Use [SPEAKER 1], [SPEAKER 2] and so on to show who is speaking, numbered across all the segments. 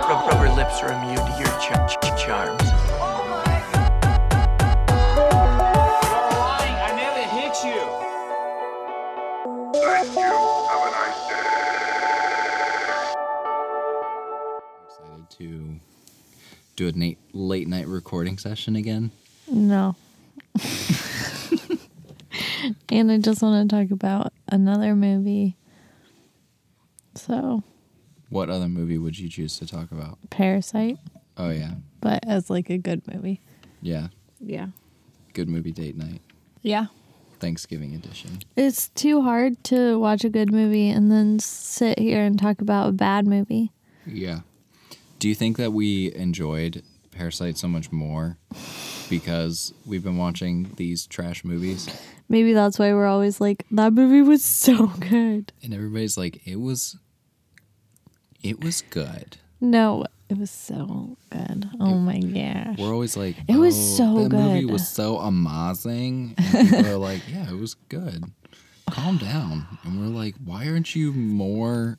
[SPEAKER 1] Oh, lips are immune to your ch- ch- charms.
[SPEAKER 2] lying. I never hit you.
[SPEAKER 3] Thank you. Have a nice day.
[SPEAKER 4] Excited uh, to do a na- late night recording session again.
[SPEAKER 5] No. and I just want to talk about another movie. So,
[SPEAKER 4] What other movie would you choose to talk about?
[SPEAKER 5] Parasite,
[SPEAKER 4] Oh yeah,
[SPEAKER 5] but as like a good movie.
[SPEAKER 4] yeah,
[SPEAKER 5] Yeah.
[SPEAKER 4] good movie date night,
[SPEAKER 5] Yeah.
[SPEAKER 4] Thanksgiving edition.
[SPEAKER 5] It's too hard to watch a good movie and then sit here and talk about a bad movie.
[SPEAKER 4] Yeah. Do you think that we enjoyed Parasite so much more because we've been watching these trash movies
[SPEAKER 5] Maybe that's why we're always like, that movie was so good.
[SPEAKER 4] and everybody's like, it was, it was good.
[SPEAKER 5] No, it was so good. Oh my gosh.
[SPEAKER 4] We're always like,
[SPEAKER 5] It was
[SPEAKER 4] "Oh,
[SPEAKER 5] so
[SPEAKER 4] that movie
[SPEAKER 5] good."
[SPEAKER 4] was so amazing. And people are like, yeah, it was good. Calm down. And we're like, why aren't you more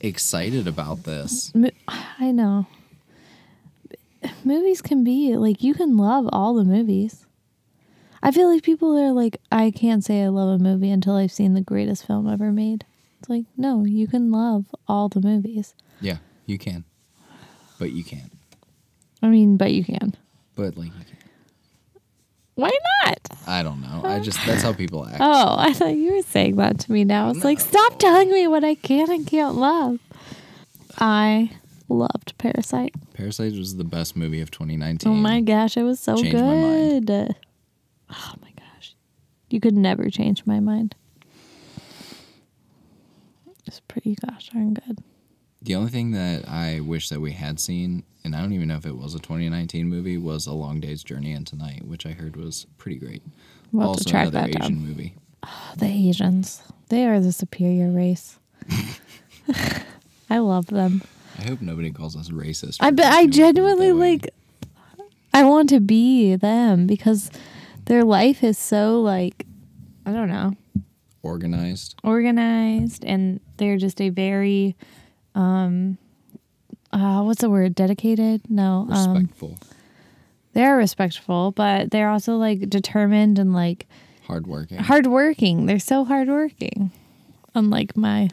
[SPEAKER 4] excited about this?
[SPEAKER 5] Mo- I know. Movies can be like you can love all the movies. I feel like people are like, I can't say I love a movie until I've seen the greatest film ever made. It's like, no, you can love all the movies.
[SPEAKER 4] Yeah, you can, but you can't.
[SPEAKER 5] I mean, but you can.
[SPEAKER 4] But like, you can.
[SPEAKER 5] Why not?
[SPEAKER 4] I don't know. I just that's how people act.
[SPEAKER 5] Oh, I thought you were saying that to me now. It's like, stop telling me what I can and can't love. I loved Parasite.
[SPEAKER 4] Parasite was the best movie of 2019.
[SPEAKER 5] Oh my gosh, it was so
[SPEAKER 4] Changed my mind.
[SPEAKER 5] good. Oh my gosh. You could never change my mind. It's pretty gosh darn good.
[SPEAKER 4] The only thing that I wish that we had seen, and I don't even know if it was a 2019 movie, was A Long Day's Journey into Night, which I heard was pretty great.
[SPEAKER 5] We'll have to
[SPEAKER 4] also
[SPEAKER 5] track
[SPEAKER 4] another
[SPEAKER 5] that
[SPEAKER 4] Asian
[SPEAKER 5] down.
[SPEAKER 4] movie.
[SPEAKER 5] Oh, the Asians. They are the superior race. I love them.
[SPEAKER 4] I hope nobody calls us racist.
[SPEAKER 5] I
[SPEAKER 4] for
[SPEAKER 5] but I
[SPEAKER 4] doing it
[SPEAKER 5] genuinely
[SPEAKER 4] that way.
[SPEAKER 5] like I want to be them because their life is so like I don't know.
[SPEAKER 4] organized.
[SPEAKER 5] organized and they're just a very um uh what's the word dedicated no um
[SPEAKER 4] respectful,
[SPEAKER 5] they're respectful but they're also like determined and like
[SPEAKER 4] hardworking.
[SPEAKER 5] hardworking they're so hardworking unlike my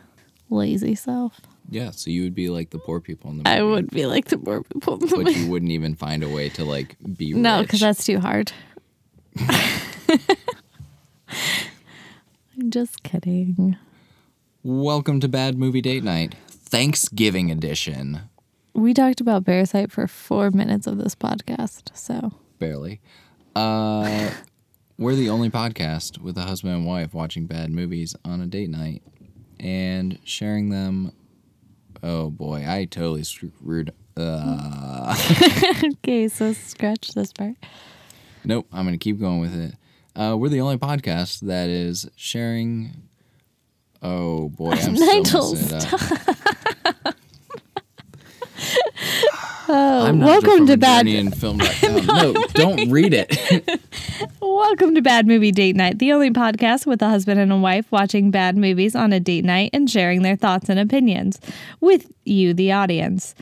[SPEAKER 5] lazy self
[SPEAKER 4] yeah, so you would be like the poor people in the movie.
[SPEAKER 5] i would be like the more people
[SPEAKER 4] But you wouldn't even find a way to like be
[SPEAKER 5] no
[SPEAKER 4] rich.
[SPEAKER 5] because that's too hard i'm just kidding
[SPEAKER 4] Welcome to Bad Movie Date Night, Thanksgiving edition.
[SPEAKER 5] we talked about parasite for four minutes of this podcast so
[SPEAKER 4] Barely. Uh, we're the only podcast with a husband and wife watching bad movies on a date night and sharing them. Oh boy, I totally screwed.
[SPEAKER 5] Okay, so scratch this part.
[SPEAKER 4] Nope, I'm going to keep going with it. Uh, we're the only podcast that is sharing. Oh boy, I'm
[SPEAKER 5] Nigel,
[SPEAKER 4] so messing it up. I'm Nigel
[SPEAKER 5] Oh, welcome
[SPEAKER 4] from
[SPEAKER 5] to
[SPEAKER 4] a
[SPEAKER 5] Bad-
[SPEAKER 4] Journey in Film. no, don't read it.
[SPEAKER 5] Welcome to Bad Movie Date Night, the only podcast with a husband and a wife watching bad movies on a date night and sharing their thoughts and opinions with you, the audience.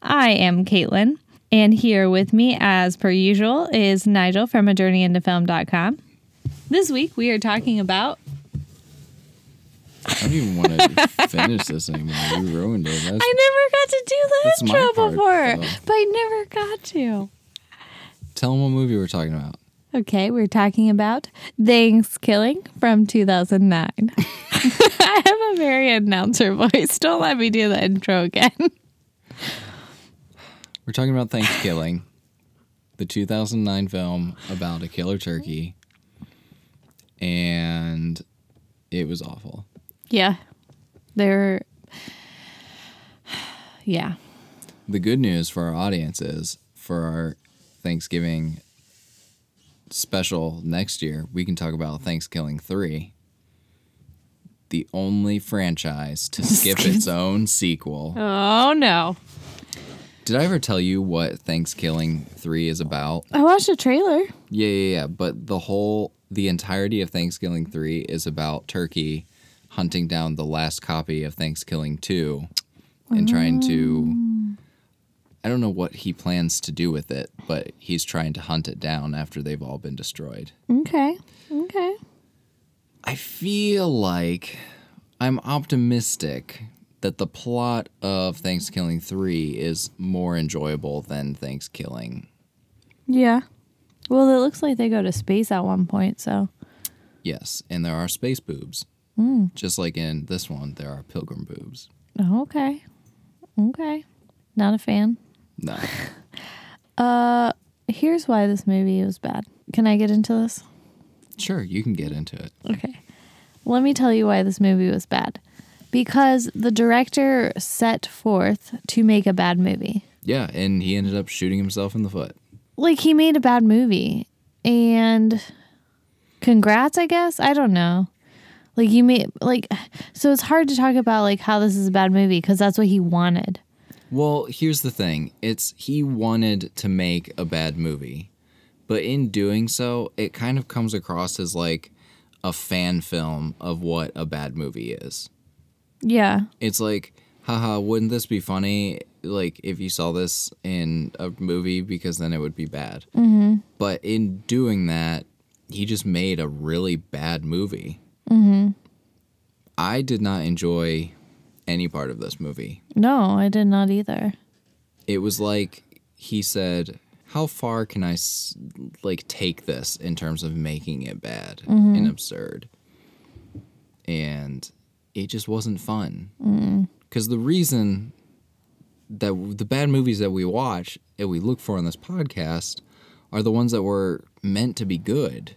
[SPEAKER 5] I am Caitlin, and here with me, as per usual, is Nigel from A Journey Into Film.com. This week, we are talking about
[SPEAKER 4] I don't even want to finish this anymore. You ruined it. That's,
[SPEAKER 5] I never got to do the
[SPEAKER 4] That's my
[SPEAKER 5] intro
[SPEAKER 4] part,
[SPEAKER 5] before,
[SPEAKER 4] though.
[SPEAKER 5] but I never got to.
[SPEAKER 4] tell them what movie we're talking about.
[SPEAKER 5] Okay, we're talking about Thanksgiving from 2009. I have a very announcer voice. Don't let me do the intro again.
[SPEAKER 4] We're talking about Thanksgiving, the 2009 film about a killer turkey, and it was awful.
[SPEAKER 5] Yeah. They're. Yeah.
[SPEAKER 4] The good news for our audience is for our Thanksgiving special next year, we can talk about Thanksgiving 3, the only franchise to skip its own sequel.
[SPEAKER 5] Oh, no.
[SPEAKER 4] Did I ever tell you what Thanksgiving 3 is about?
[SPEAKER 5] I watched a trailer.
[SPEAKER 4] Yeah, yeah, yeah. But the whole, the entirety of Thanksgiving 3 is about Turkey hunting down the last copy of Thanksgiving 2 and trying to I don't know what he plans to do with it, but he's trying to hunt it down after they've all been destroyed.
[SPEAKER 5] Okay. Okay.
[SPEAKER 4] I feel like I'm optimistic that the plot of Thanksgiving 3 is more enjoyable than Thanksgiving.
[SPEAKER 5] Yeah. Well, it looks like they go to space at one point, so
[SPEAKER 4] Yes, and there are space boobs. Just like in this one, there are pilgrim boobs.
[SPEAKER 5] okay. Okay. Not a fan.
[SPEAKER 4] No.
[SPEAKER 5] Here's why this movie was bad. Can I get into this?
[SPEAKER 4] sure, you can get into it.
[SPEAKER 5] Okay. Let me tell you why this movie was bad. Because the director set forth to make a bad movie.
[SPEAKER 4] Yeah, and he ended up shooting himself in the foot.
[SPEAKER 5] Like he made a bad movie and congrats, I guess. I don't know. Like you made like so it's hard to talk about like how this is a bad movie cuz that's what he wanted.
[SPEAKER 4] Well, here's the thing. It's he wanted to make a bad movie. But in doing so, it kind of comes across as like a fan film of what a bad movie is.
[SPEAKER 5] Yeah.
[SPEAKER 4] It's like, haha, wouldn't this be funny like if you saw this in a movie because then it would be bad. Mm-hmm. But in doing that, he just made a really bad movie. Mm-hmm. I did not enjoy any part of this movie.
[SPEAKER 5] No, I did not either.
[SPEAKER 4] it was like he said how far can i s- like take this in terms of making it bad and absurd and it just wasn't fun because the reason that w- the bad movies that we watch and we look for on this podcast are the ones that were meant to be good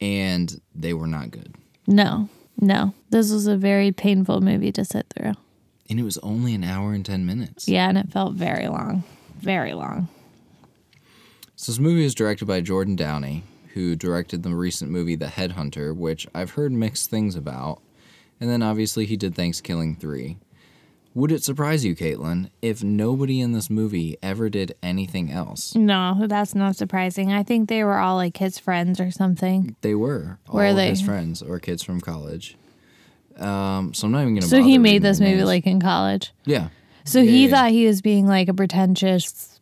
[SPEAKER 4] and they were not good
[SPEAKER 5] No. No. This was a very painful movie to sit through.
[SPEAKER 4] and it was only an hour and 10 minutes
[SPEAKER 5] Yeah, and it felt very long. Very long.
[SPEAKER 4] So this movie is directed by Jordan Downey, who directed the recent movie The Headhunter, which I've heard mixed things about. And then obviously he did Thanksgiving 3. Would it surprise you, Caitlin, if nobody in this movie ever did anything else?
[SPEAKER 5] No, that's not surprising. I think they were all like his friends or something.
[SPEAKER 4] They were all
[SPEAKER 5] Were
[SPEAKER 4] of
[SPEAKER 5] they?
[SPEAKER 4] his friends or kids from college. Um, so I'm not even gonna.
[SPEAKER 5] So he
[SPEAKER 4] bother reading
[SPEAKER 5] made this
[SPEAKER 4] their
[SPEAKER 5] movie
[SPEAKER 4] names.
[SPEAKER 5] like in college.
[SPEAKER 4] yeah,
[SPEAKER 5] So
[SPEAKER 4] Yeah,
[SPEAKER 5] he
[SPEAKER 4] yeah.
[SPEAKER 5] thought he was being like a pretentious,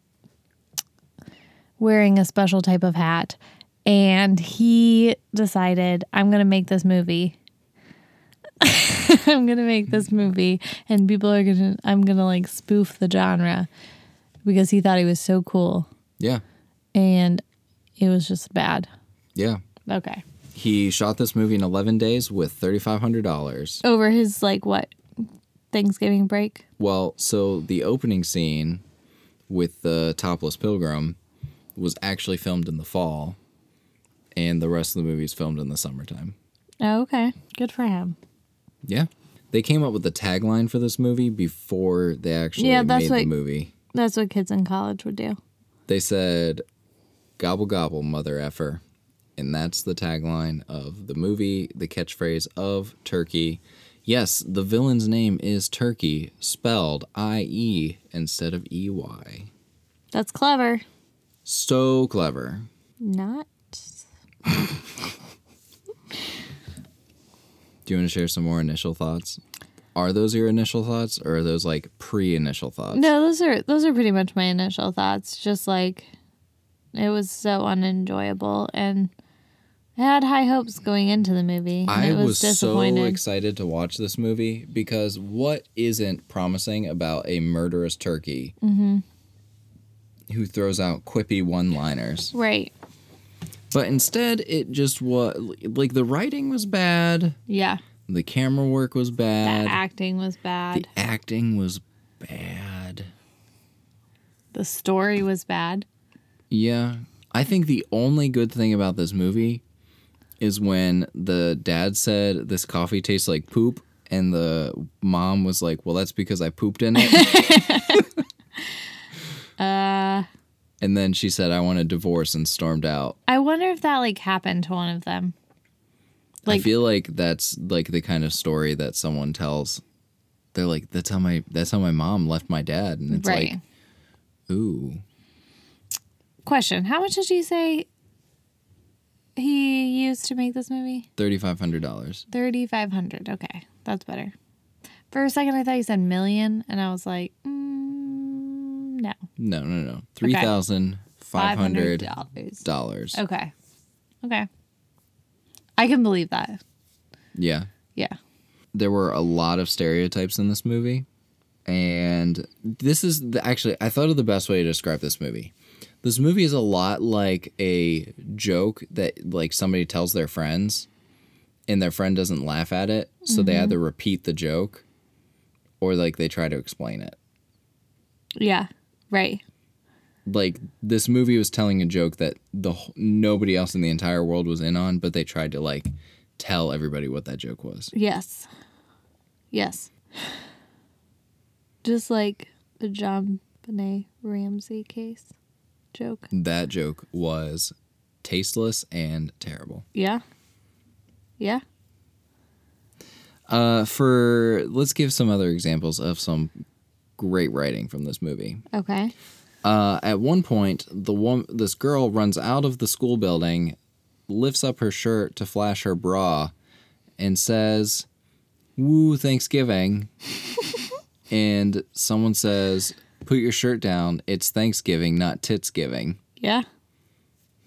[SPEAKER 5] wearing a special type of hat. And he decided, I'm going to make this movie. I'm going to make this movie. And people are going to, I'm going to like spoof the genre because he thought he was so cool.
[SPEAKER 4] yeah,
[SPEAKER 5] And it was just bad.
[SPEAKER 4] yeah.
[SPEAKER 5] Okay.
[SPEAKER 4] He shot this movie in 11 days with 3,500 dollars.
[SPEAKER 5] Over his like what? Thanksgiving break?
[SPEAKER 4] Well, so the opening scene with the topless pilgrim was actually filmed in the fall, and the rest of the movie is filmed in the summertime.
[SPEAKER 5] Oh, okay. Good for him.
[SPEAKER 4] Yeah. They came up with the tagline for this movie before they actually
[SPEAKER 5] Yeah, that's
[SPEAKER 4] made the
[SPEAKER 5] what-
[SPEAKER 4] movie.
[SPEAKER 5] That's what kids in college would do.
[SPEAKER 4] They said, Gobble gobble, mother effer. And that's the tagline of the movie, the catchphrase of Turkey. Yes, the villain's name is Turkey, spelled I E instead of E Y.
[SPEAKER 5] That's clever.
[SPEAKER 4] So clever.
[SPEAKER 5] Not.
[SPEAKER 4] Do you want to share some more initial thoughts? Are those your initial thoughts or are those like pre initial thoughts?
[SPEAKER 5] No, those are those are pretty much my initial thoughts. Just like it was so unenjoyable and I had high hopes going into the movie. and
[SPEAKER 4] I
[SPEAKER 5] it
[SPEAKER 4] was so
[SPEAKER 5] disappointed.
[SPEAKER 4] excited to watch this movie because what isn't promising about a murderous turkey
[SPEAKER 5] Mm-hmm.
[SPEAKER 4] who throws out quippy one liners?
[SPEAKER 5] right.
[SPEAKER 4] But instead, it just was like the writing was bad,
[SPEAKER 5] Yeah.
[SPEAKER 4] the camera work was
[SPEAKER 5] The
[SPEAKER 4] bad,
[SPEAKER 5] acting was bad.
[SPEAKER 4] the acting was bad.
[SPEAKER 5] The, story was bad.
[SPEAKER 4] Yeah. I think the only good thing about this movie is when the dad said this coffee tastes like poop and the mom was like, "Well, that's because I pooped in it." uh and then she said, "I want a divorce" and stormed out.
[SPEAKER 5] I wonder if that like happened to one of them.
[SPEAKER 4] I
[SPEAKER 5] Like-
[SPEAKER 4] feel like that's like the kind of story that someone tells. They're like, "That's how my that's how my mom left my dad." And it's
[SPEAKER 5] right.
[SPEAKER 4] like, "Ooh,
[SPEAKER 5] Question: How much did you say he used to make this movie?
[SPEAKER 4] $3500."
[SPEAKER 5] Thirty five hundred. Okay, that's better. For a second, I thought you said million, and I was like, mm, No.
[SPEAKER 4] No, no, no. Three thousand five hundred
[SPEAKER 5] $500.
[SPEAKER 4] dollars.
[SPEAKER 5] Okay. Okay. I can believe that.
[SPEAKER 4] Yeah.
[SPEAKER 5] Yeah.
[SPEAKER 4] There were a lot of stereotypes in this movie. And this is the, actually, I thought of the best way to describe this movie. This movie is a lot like a joke that like somebody tells their friends and their friend doesn't laugh at it, so they either repeat the joke or like they try to explain it.
[SPEAKER 5] Yeah. Right.
[SPEAKER 4] like this movie was telling a joke that the wh- nobody else in the entire world was in on, but they tried to like tell everybody what that joke was.
[SPEAKER 5] Yes. Yes. Just like the John Benet Ramsey case joke.
[SPEAKER 4] That joke was tasteless and terrible.
[SPEAKER 5] Yeah. Yeah.
[SPEAKER 4] Uh, for let's give some other examples of some great writing from this movie.
[SPEAKER 5] Okay.
[SPEAKER 4] Uh, at one point, the woman, this girl, runs out of the school building, lifts up her shirt to flash her bra, and says, "Woo Thanksgiving," and someone says, "Put your shirt down. It's Thanksgiving, not Titsgiving."
[SPEAKER 5] Yeah.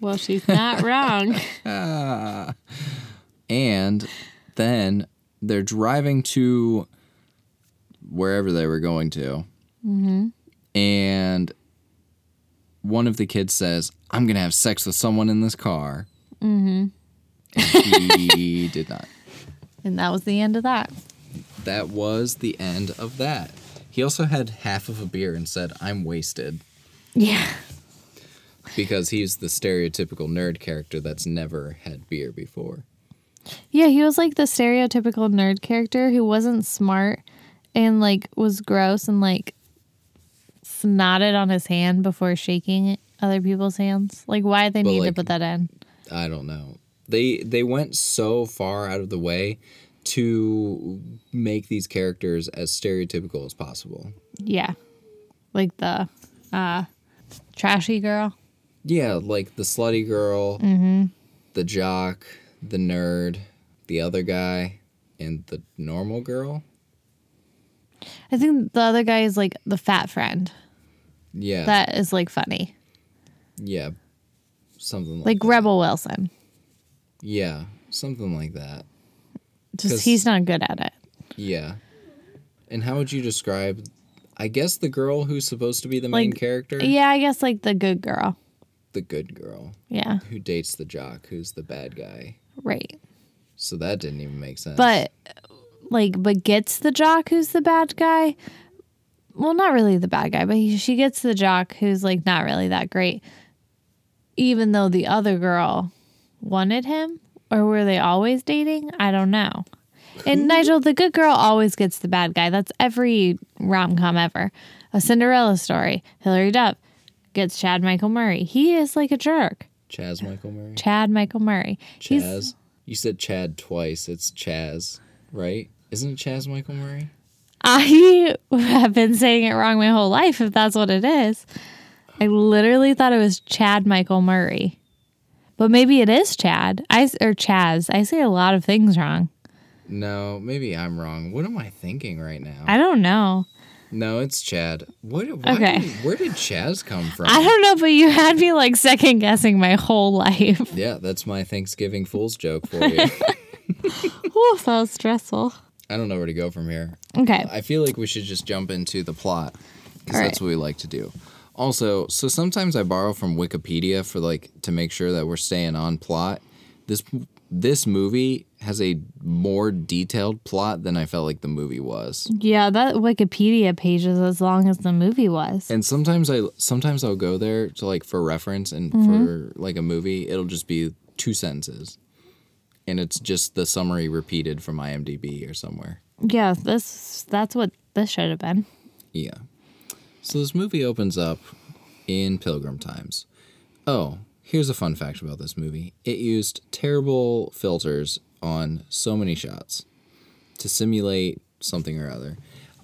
[SPEAKER 5] Well, she's not wrong.
[SPEAKER 4] And then they're driving to wherever they were going to. Mm-hmm. And one of the kids says, I'm going to have sex with someone in this car. Mm-hmm. And he did not.
[SPEAKER 5] And that was the end of that.
[SPEAKER 4] That was the end of that. He also had half of a beer and said, I'm wasted.
[SPEAKER 5] Yeah.
[SPEAKER 4] Because he's the stereotypical nerd character that's never had beer before.
[SPEAKER 5] Yeah, he was like the stereotypical nerd character who wasn't smart and like was gross and like snotted on his hand before shaking other people's hands. Like why they need to
[SPEAKER 4] like-
[SPEAKER 5] put that in.
[SPEAKER 4] I don't know. They they went so far out of the way to make these characters as stereotypical as possible.
[SPEAKER 5] Yeah. Like the uh trashy girl.
[SPEAKER 4] Yeah, like the slutty girl,
[SPEAKER 5] Mm-hmm.
[SPEAKER 4] the jock, the nerd, the other guy, and the normal girl.
[SPEAKER 5] I think the other guy is like the fat friend.
[SPEAKER 4] Yeah,
[SPEAKER 5] That is like funny.
[SPEAKER 4] yeah, something like,
[SPEAKER 5] Like
[SPEAKER 4] that.
[SPEAKER 5] Rebel Wilson.
[SPEAKER 4] yeah, something like that.
[SPEAKER 5] Just
[SPEAKER 4] 'Cause-
[SPEAKER 5] he's not good at it.
[SPEAKER 4] Yeah, and how would you describe? I guess the girl who's supposed to be the main
[SPEAKER 5] Like,
[SPEAKER 4] character,
[SPEAKER 5] Yeah, I guess like the good girl.
[SPEAKER 4] the good girl
[SPEAKER 5] Yeah.
[SPEAKER 4] who dates the jock, who's the bad guy.
[SPEAKER 5] Right.
[SPEAKER 4] So that didn't even make sense.
[SPEAKER 5] but like but gets the jock who's the bad guy well not really the bad guy but he, she gets the jock who's like not really that great even though the other girl wanted him or were they always dating i don't know and nigel the good girl always gets the bad guy that's every rom-com ever a cinderella story hillary duff gets chad michael murray he is like a jerk
[SPEAKER 4] Chaz Michael Murray.
[SPEAKER 5] chad michael murray
[SPEAKER 4] Chaz.
[SPEAKER 5] he's
[SPEAKER 4] You said Chad twice. It's Chaz, right? Isn't it Chaz Michael Murray?
[SPEAKER 5] I have been saying it wrong my whole life, if that's what it is. I literally thought it was Chad Michael Murray. But maybe it is Chad. I s- or Chaz. I say a lot of things wrong.
[SPEAKER 4] No, maybe I'm wrong. What am I thinking right now?
[SPEAKER 5] I don't know.
[SPEAKER 4] no, it's Chad. What? Why
[SPEAKER 5] Okay.
[SPEAKER 4] did- where did Chaz come from?
[SPEAKER 5] I don't know, but you had me like second guessing my whole life.
[SPEAKER 4] yeah, that's my Thanksgiving Fool's joke for you.
[SPEAKER 5] Oof, that was stressful.
[SPEAKER 4] I don't know where to go from here.
[SPEAKER 5] Okay.
[SPEAKER 4] I feel like we should just jump into the plot because
[SPEAKER 5] All
[SPEAKER 4] that's what we like to do. Also, so sometimes I borrow from Wikipedia for like to make sure that we're staying on plot. This this movie has a more detailed plot than I felt like the movie was.
[SPEAKER 5] Yeah, that Wikipedia page is as long as the movie was.
[SPEAKER 4] And sometimes I sometimes I'll go there to like for reference and for like a movie, it'll just be two sentences. And it's just the summary repeated from IMDb or somewhere.
[SPEAKER 5] Yeah, this that's what this should have been.
[SPEAKER 4] Yeah. So this movie opens up in Pilgrim Times. Oh, here's a fun fact about this movie it used terrible filters on so many shots to simulate something or other.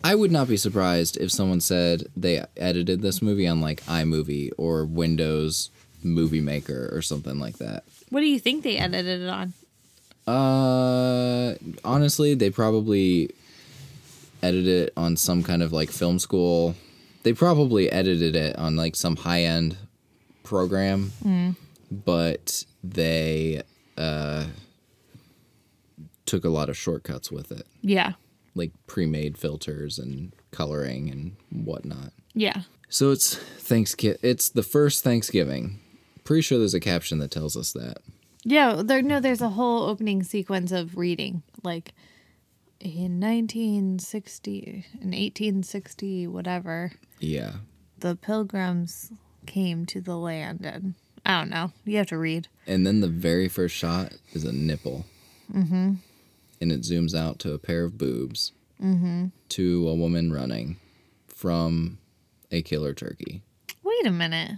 [SPEAKER 4] I would not be surprised if someone said they edited this movie on like iMovie or Windows Movie Maker or something like that.
[SPEAKER 5] What do you think they edited it on?
[SPEAKER 4] Uh, honestly, they probably edited it on some kind of like film school. They probably edited it on like some high end program, but they uh, took a lot of shortcuts with it,
[SPEAKER 5] Yeah.
[SPEAKER 4] like pre made filters and coloring and whatnot.
[SPEAKER 5] Yeah.
[SPEAKER 4] So it's Thanksgiving. It's the first Thanksgiving. Pretty sure there's a caption that tells us that.
[SPEAKER 5] Yeah, there no, there's a whole opening sequence of reading, like in 1960 in 1860 whatever,
[SPEAKER 4] Yeah.
[SPEAKER 5] the pilgrims came to the land and I don't know. You have to read.
[SPEAKER 4] And then the very first shot is a nipple. Mm-hmm. And it zooms out to a pair of boobs mm-hmm. to a woman running from a killer turkey.
[SPEAKER 5] Wait a minute.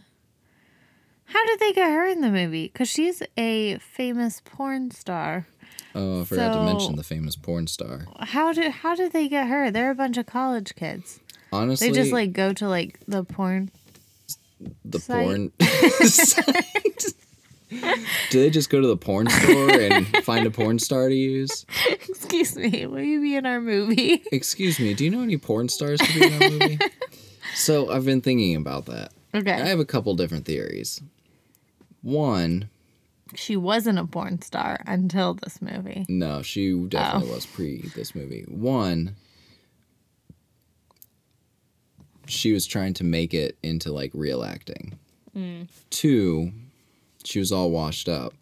[SPEAKER 5] How did they get her in the movie? Cuz she's a famous porn star.
[SPEAKER 4] Oh, I forgot to mention
[SPEAKER 5] So-
[SPEAKER 4] the famous porn star.
[SPEAKER 5] How did how did they get her? They're a bunch of college kids.
[SPEAKER 4] Honestly,
[SPEAKER 5] They just like go to like the porn.
[SPEAKER 4] the
[SPEAKER 5] site.
[SPEAKER 4] porn. Do they just go to the porn store and find a porn star to use?
[SPEAKER 5] Excuse me. Will you be in our movie?
[SPEAKER 4] Excuse me, do you know any porn stars to be in that movie? so I've been thinking about that.
[SPEAKER 5] Okay.
[SPEAKER 4] I have a couple different theories. One,
[SPEAKER 5] she wasn't a porn star until this movie.
[SPEAKER 4] no, she definitely was pre this movie. One, she was trying to make it into like real acting. Two, she was all washed up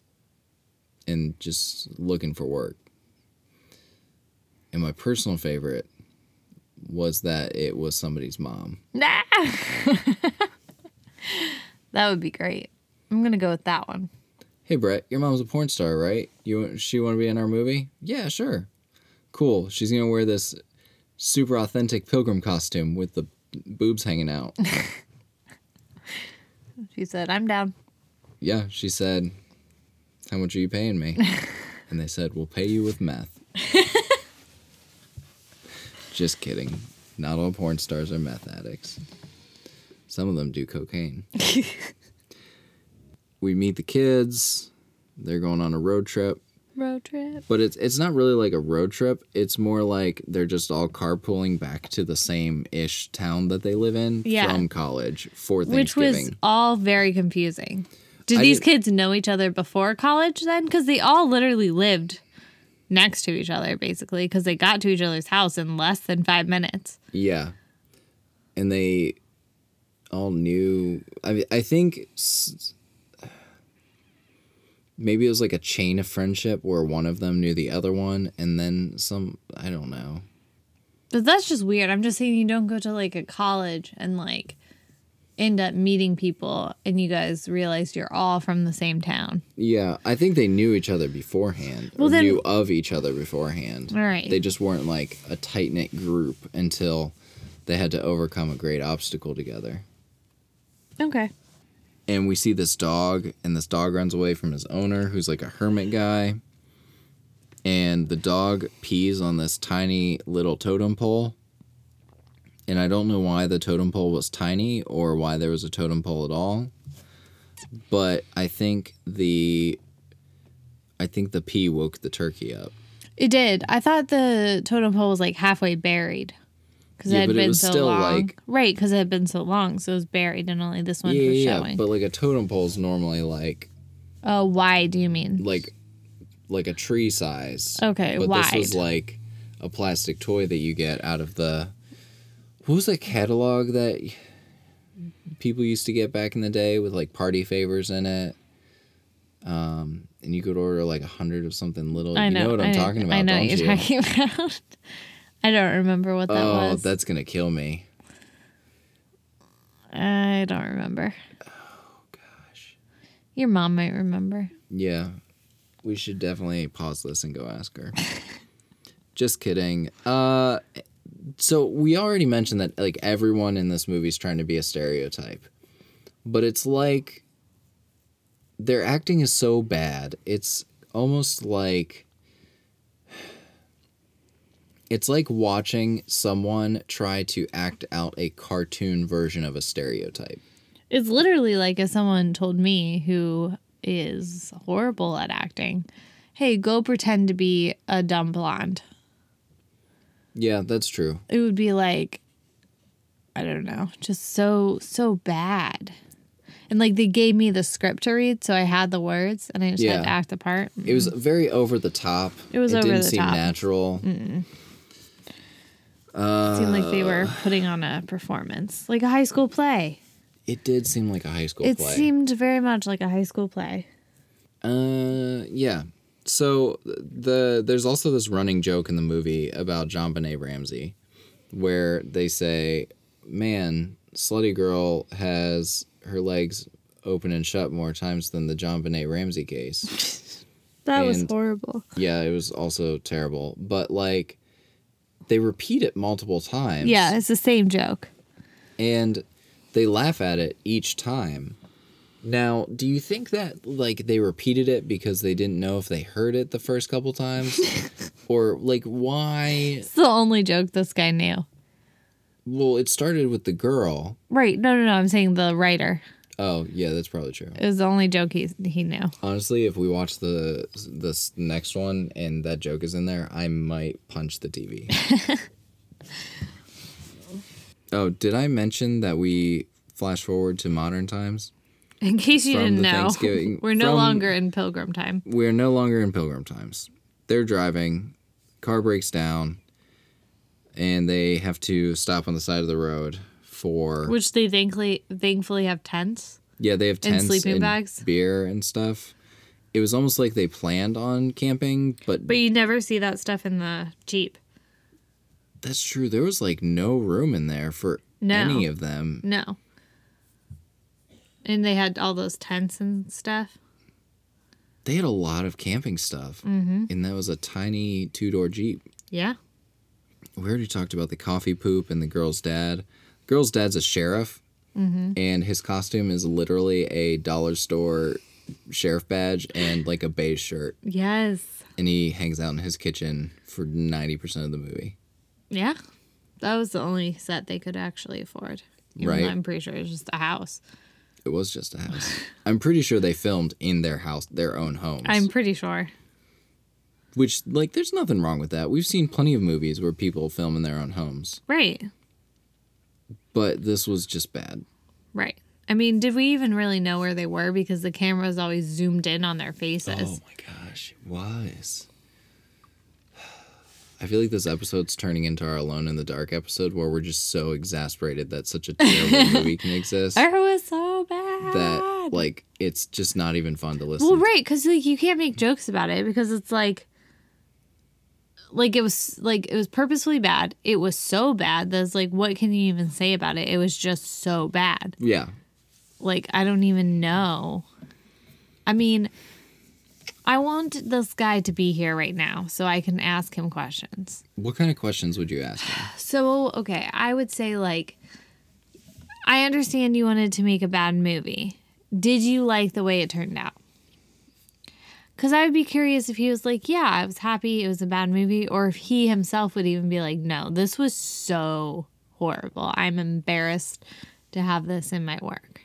[SPEAKER 4] and just looking for work. And my personal favorite was that it was somebody's mom.
[SPEAKER 5] Nah. that would be great. I'm gonna go with that one.
[SPEAKER 4] hey Brett, your mom's a porn star, right? You she want to be in our movie? Yeah, sure. Cool. She's gonna wear this super authentic pilgrim costume with the boobs hanging out.
[SPEAKER 5] She said, "I'm down."
[SPEAKER 4] yeah, she said, "How much are you paying me?" and they said, "We'll pay you with meth." Just kidding. Not all porn stars are meth addicts. Some of them do cocaine. we meet the kids. They're going on a road trip.
[SPEAKER 5] Road trip.
[SPEAKER 4] But it's it's not really like a road trip. It's more like they're just all carpooling back to the same ish town that they live in
[SPEAKER 5] Yeah.
[SPEAKER 4] from college for
[SPEAKER 5] Which
[SPEAKER 4] Thanksgiving.
[SPEAKER 5] was all very confusing. Did
[SPEAKER 4] I
[SPEAKER 5] these
[SPEAKER 4] did-
[SPEAKER 5] kids know each other before college then? Because they all literally lived next to each other, basically, because they got to each other's house in less than five minutes.
[SPEAKER 4] Yeah. And they all knew. I mean, I think s- maybe it was like a chain of friendship where one of them knew the other one, and then some. I don't know.
[SPEAKER 5] But that's just weird. I'm just saying you don't go to like a college and like end up meeting people and you guys realize you're all from the same town.
[SPEAKER 4] Yeah, I think they knew each other beforehand.
[SPEAKER 5] Well,
[SPEAKER 4] or
[SPEAKER 5] then-
[SPEAKER 4] knew of each other beforehand.
[SPEAKER 5] Right.
[SPEAKER 4] They just weren't like a tight knit group until they had to overcome a great obstacle together.
[SPEAKER 5] Okay.
[SPEAKER 4] And we see this dog, and this dog runs away from his owner, who's like a hermit guy. And the dog pees on this tiny little totem pole. And I don't know why the totem pole was tiny or why there was a totem pole at all. But I think the I think the pee woke the turkey up.
[SPEAKER 5] It did. I thought the totem pole was like halfway buried because
[SPEAKER 4] Yeah,
[SPEAKER 5] it had
[SPEAKER 4] but it
[SPEAKER 5] been
[SPEAKER 4] was
[SPEAKER 5] so
[SPEAKER 4] still,
[SPEAKER 5] long.
[SPEAKER 4] like-
[SPEAKER 5] right, because it had been so long, so it was buried and only this one
[SPEAKER 4] yeah,
[SPEAKER 5] was
[SPEAKER 4] yeah,
[SPEAKER 5] showing.
[SPEAKER 4] but like a totem pole is normally like
[SPEAKER 5] oh, why do you mean?
[SPEAKER 4] like like a tree size.
[SPEAKER 5] Okay,
[SPEAKER 4] but this was
[SPEAKER 5] wide.
[SPEAKER 4] like a plastic toy that you get out of the what was that catalog that people used to get back in the day with like party favors in it. Um, and you could order like a hundred of something little.
[SPEAKER 5] I
[SPEAKER 4] you
[SPEAKER 5] know,
[SPEAKER 4] know what I'm
[SPEAKER 5] I-
[SPEAKER 4] talking about,
[SPEAKER 5] I know
[SPEAKER 4] don't
[SPEAKER 5] what
[SPEAKER 4] you?
[SPEAKER 5] you're talking about. I don't remember what that
[SPEAKER 4] oh,
[SPEAKER 5] was.
[SPEAKER 4] that's gonna kill me.
[SPEAKER 5] I don't remember. Oh gosh. Your mom might remember.
[SPEAKER 4] Yeah. We should definitely pause this and go ask her. Just kidding. Uh so we already mentioned that like everyone in this movie is trying to be a stereotype. But it's like their acting is so bad. It's almost like it's like watching someone try to act out a cartoon version of a stereotype.
[SPEAKER 5] It's literally like if someone told me who is horrible at acting, "Hey, go pretend to be a dumb blonde."
[SPEAKER 4] Yeah, that's true.
[SPEAKER 5] It would be like I don't know, just so so bad. And like they gave me the script to read, so I had the words, and I just
[SPEAKER 4] Yeah.
[SPEAKER 5] had to act the part.
[SPEAKER 4] It was very over the top.
[SPEAKER 5] It was
[SPEAKER 4] it
[SPEAKER 5] over
[SPEAKER 4] didn't
[SPEAKER 5] the
[SPEAKER 4] seem
[SPEAKER 5] top. Mm.
[SPEAKER 4] natural.
[SPEAKER 5] It seemed like they
[SPEAKER 4] Uh.
[SPEAKER 5] were putting on a performance, like a high school play.
[SPEAKER 4] It did seem like a high school
[SPEAKER 5] It
[SPEAKER 4] play.
[SPEAKER 5] seemed very much like a high school play.
[SPEAKER 4] Uh, yeah. So the there's also this running joke in the movie about John Benet Ramsey, where they say, "Man, slutty girl has her legs open and shut more times than the John Benet Ramsey case."
[SPEAKER 5] That was
[SPEAKER 4] And-
[SPEAKER 5] horrible.
[SPEAKER 4] yeah, it was also terrible, but like they repeat it multiple times.
[SPEAKER 5] Yeah, it's the same joke.
[SPEAKER 4] and they laugh at it each time. Now, do you think that like they repeated it because they didn't know if they heard it the first couple times, or like why?
[SPEAKER 5] It's the only joke this guy knew.
[SPEAKER 4] Well, it started with the girl.
[SPEAKER 5] Right? No, no, no. I'm saying the writer.
[SPEAKER 4] Oh, yeah, that's probably true.
[SPEAKER 5] It was the only joke he he knew.
[SPEAKER 4] Honestly, if we watch the this next one and that joke is in there, I might punch the TV. oh, did I mention that we flash forward to modern times?
[SPEAKER 5] In case you
[SPEAKER 4] From
[SPEAKER 5] didn't
[SPEAKER 4] the
[SPEAKER 5] know,
[SPEAKER 4] Thanksgiving-
[SPEAKER 5] we're no
[SPEAKER 4] from-
[SPEAKER 5] longer in pilgrim time.
[SPEAKER 4] we are no longer in pilgrim times. They're driving, car breaks down, and they have to stop on the side of the road for
[SPEAKER 5] Which they thankfully thankfully have tents.
[SPEAKER 4] yeah they have tents
[SPEAKER 5] sleeping bags.
[SPEAKER 4] beer and stuff. It was almost like they planned on camping, but,
[SPEAKER 5] But you never see that stuff in the Jeep.
[SPEAKER 4] that's true. There was like no room in there for
[SPEAKER 5] No.
[SPEAKER 4] any of them.
[SPEAKER 5] No. And they had all those tents and stuff.
[SPEAKER 4] They had a lot of camping stuff,
[SPEAKER 5] Mm-hmm.
[SPEAKER 4] and that was a tiny two door jeep.
[SPEAKER 5] Yeah.
[SPEAKER 4] we already talked about the coffee poop and the girl's dad. girl's dad's a sheriff, and his costume is literally a dollar store sheriff badge and like a beige shirt,
[SPEAKER 5] Yes.
[SPEAKER 4] and he hangs out in his kitchen for ninety percent of the movie.
[SPEAKER 5] Yeah. That was the only set they could actually afford. Even
[SPEAKER 4] Right.
[SPEAKER 5] though I'm pretty sure it was just a house.
[SPEAKER 4] It was just a house. I'm pretty sure they filmed in their house, their own homes.
[SPEAKER 5] I'm pretty sure.
[SPEAKER 4] which, like, there's nothing wrong with that. We've seen plenty of movies where people film in their own homes,
[SPEAKER 5] Right.
[SPEAKER 4] but this was just bad.
[SPEAKER 5] Right. I mean, did we even really know where they were because the camera was always zoomed in on their faces?
[SPEAKER 4] Oh my gosh, it was. I feel like this episode's turning into our Alone in the Dark episode where we're just so exasperated that such a terrible movie can exist
[SPEAKER 5] It was so bad.
[SPEAKER 4] that like it's just not even fun to listen.
[SPEAKER 5] Well,
[SPEAKER 4] to.
[SPEAKER 5] right, because like you can't make jokes about it because it's like, like it was like it was purposefully bad. It was so bad that it's like, what can you even say about it? It was just so bad.
[SPEAKER 4] Yeah.
[SPEAKER 5] Like I don't even know. I mean, I want this guy to be here right now so I can ask him questions.
[SPEAKER 4] What kind of questions would you ask? Him?
[SPEAKER 5] So okay, I would say like, I understand you wanted to make a bad movie. Did you like the way it turned out? Because I would be curious if he was like, yeah, I was happy, it was a bad movie, or if he himself would even be like, no, this was so horrible. I'm embarrassed to have this in my work.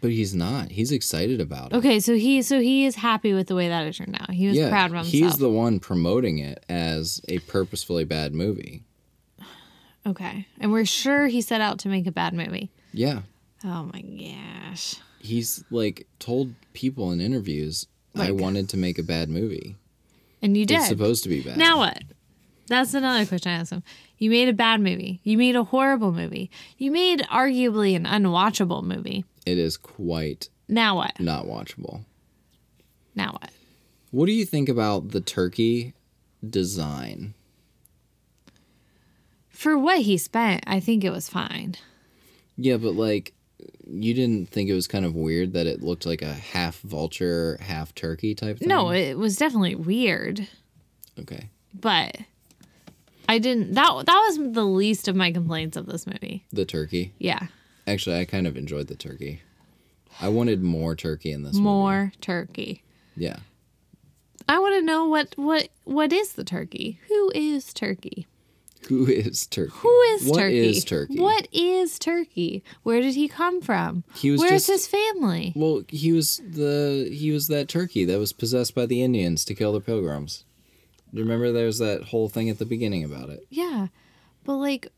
[SPEAKER 4] But he's not. He's excited about it.
[SPEAKER 5] Okay, so he so he is happy with the way that it turned out. He was
[SPEAKER 4] Yeah,
[SPEAKER 5] proud of himself.
[SPEAKER 4] he's the one promoting it as a purposefully bad movie.
[SPEAKER 5] okay, and we're sure he set out to make a bad movie.
[SPEAKER 4] Yeah,
[SPEAKER 5] Oh my gosh.
[SPEAKER 4] he's like told people in interviews, "I
[SPEAKER 5] Like-
[SPEAKER 4] wanted to make a bad movie.
[SPEAKER 5] And you did.
[SPEAKER 4] It's supposed to be bad."
[SPEAKER 5] Now what? That's another question I asked him. You made a bad movie. You made a horrible movie. You made arguably an unwatchable movie.
[SPEAKER 4] it is quite
[SPEAKER 5] Now what?
[SPEAKER 4] not watchable.
[SPEAKER 5] Now what?
[SPEAKER 4] What do you think about the turkey design?
[SPEAKER 5] For what he spent, I think it was fine.
[SPEAKER 4] Yeah, but like you didn't think it was kind of weird that it looked like a half vulture, half turkey type thing?
[SPEAKER 5] No, it was definitely weird,
[SPEAKER 4] Okay.
[SPEAKER 5] but I didn't that that was the least of my complaints of this movie.
[SPEAKER 4] The turkey.
[SPEAKER 5] Yeah.
[SPEAKER 4] Actually, I kind of enjoyed the turkey. I wanted more turkey in this movie.
[SPEAKER 5] More turkey.
[SPEAKER 4] Yeah.
[SPEAKER 5] I want to know what what what is the turkey? Who is turkey?
[SPEAKER 4] Who is turkey?
[SPEAKER 5] Who is turkey?
[SPEAKER 4] What is turkey?
[SPEAKER 5] What is turkey? Where did he come from?
[SPEAKER 4] He was
[SPEAKER 5] Where's
[SPEAKER 4] just-
[SPEAKER 5] his family?
[SPEAKER 4] Well, he was the he was that turkey that was possessed by the Indians to kill the pilgrims. Remember there was that whole thing at the beginning about it.
[SPEAKER 5] Yeah. But like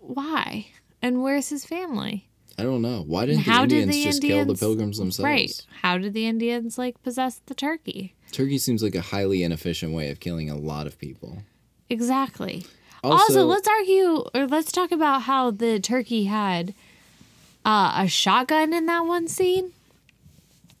[SPEAKER 5] why? And where's his family?
[SPEAKER 4] I don't know. Why didn't
[SPEAKER 5] How
[SPEAKER 4] the
[SPEAKER 5] did
[SPEAKER 4] Indians
[SPEAKER 5] the
[SPEAKER 4] just kill the
[SPEAKER 5] Indians-
[SPEAKER 4] pilgrims themselves?
[SPEAKER 5] Right. How did the Indians like possess the turkey?
[SPEAKER 4] Turkey seems like a highly inefficient way of killing a lot of people.
[SPEAKER 5] Exactly.
[SPEAKER 4] Also-
[SPEAKER 5] Also, let's argue or let's talk about how the turkey had uh, a shotgun in that one scene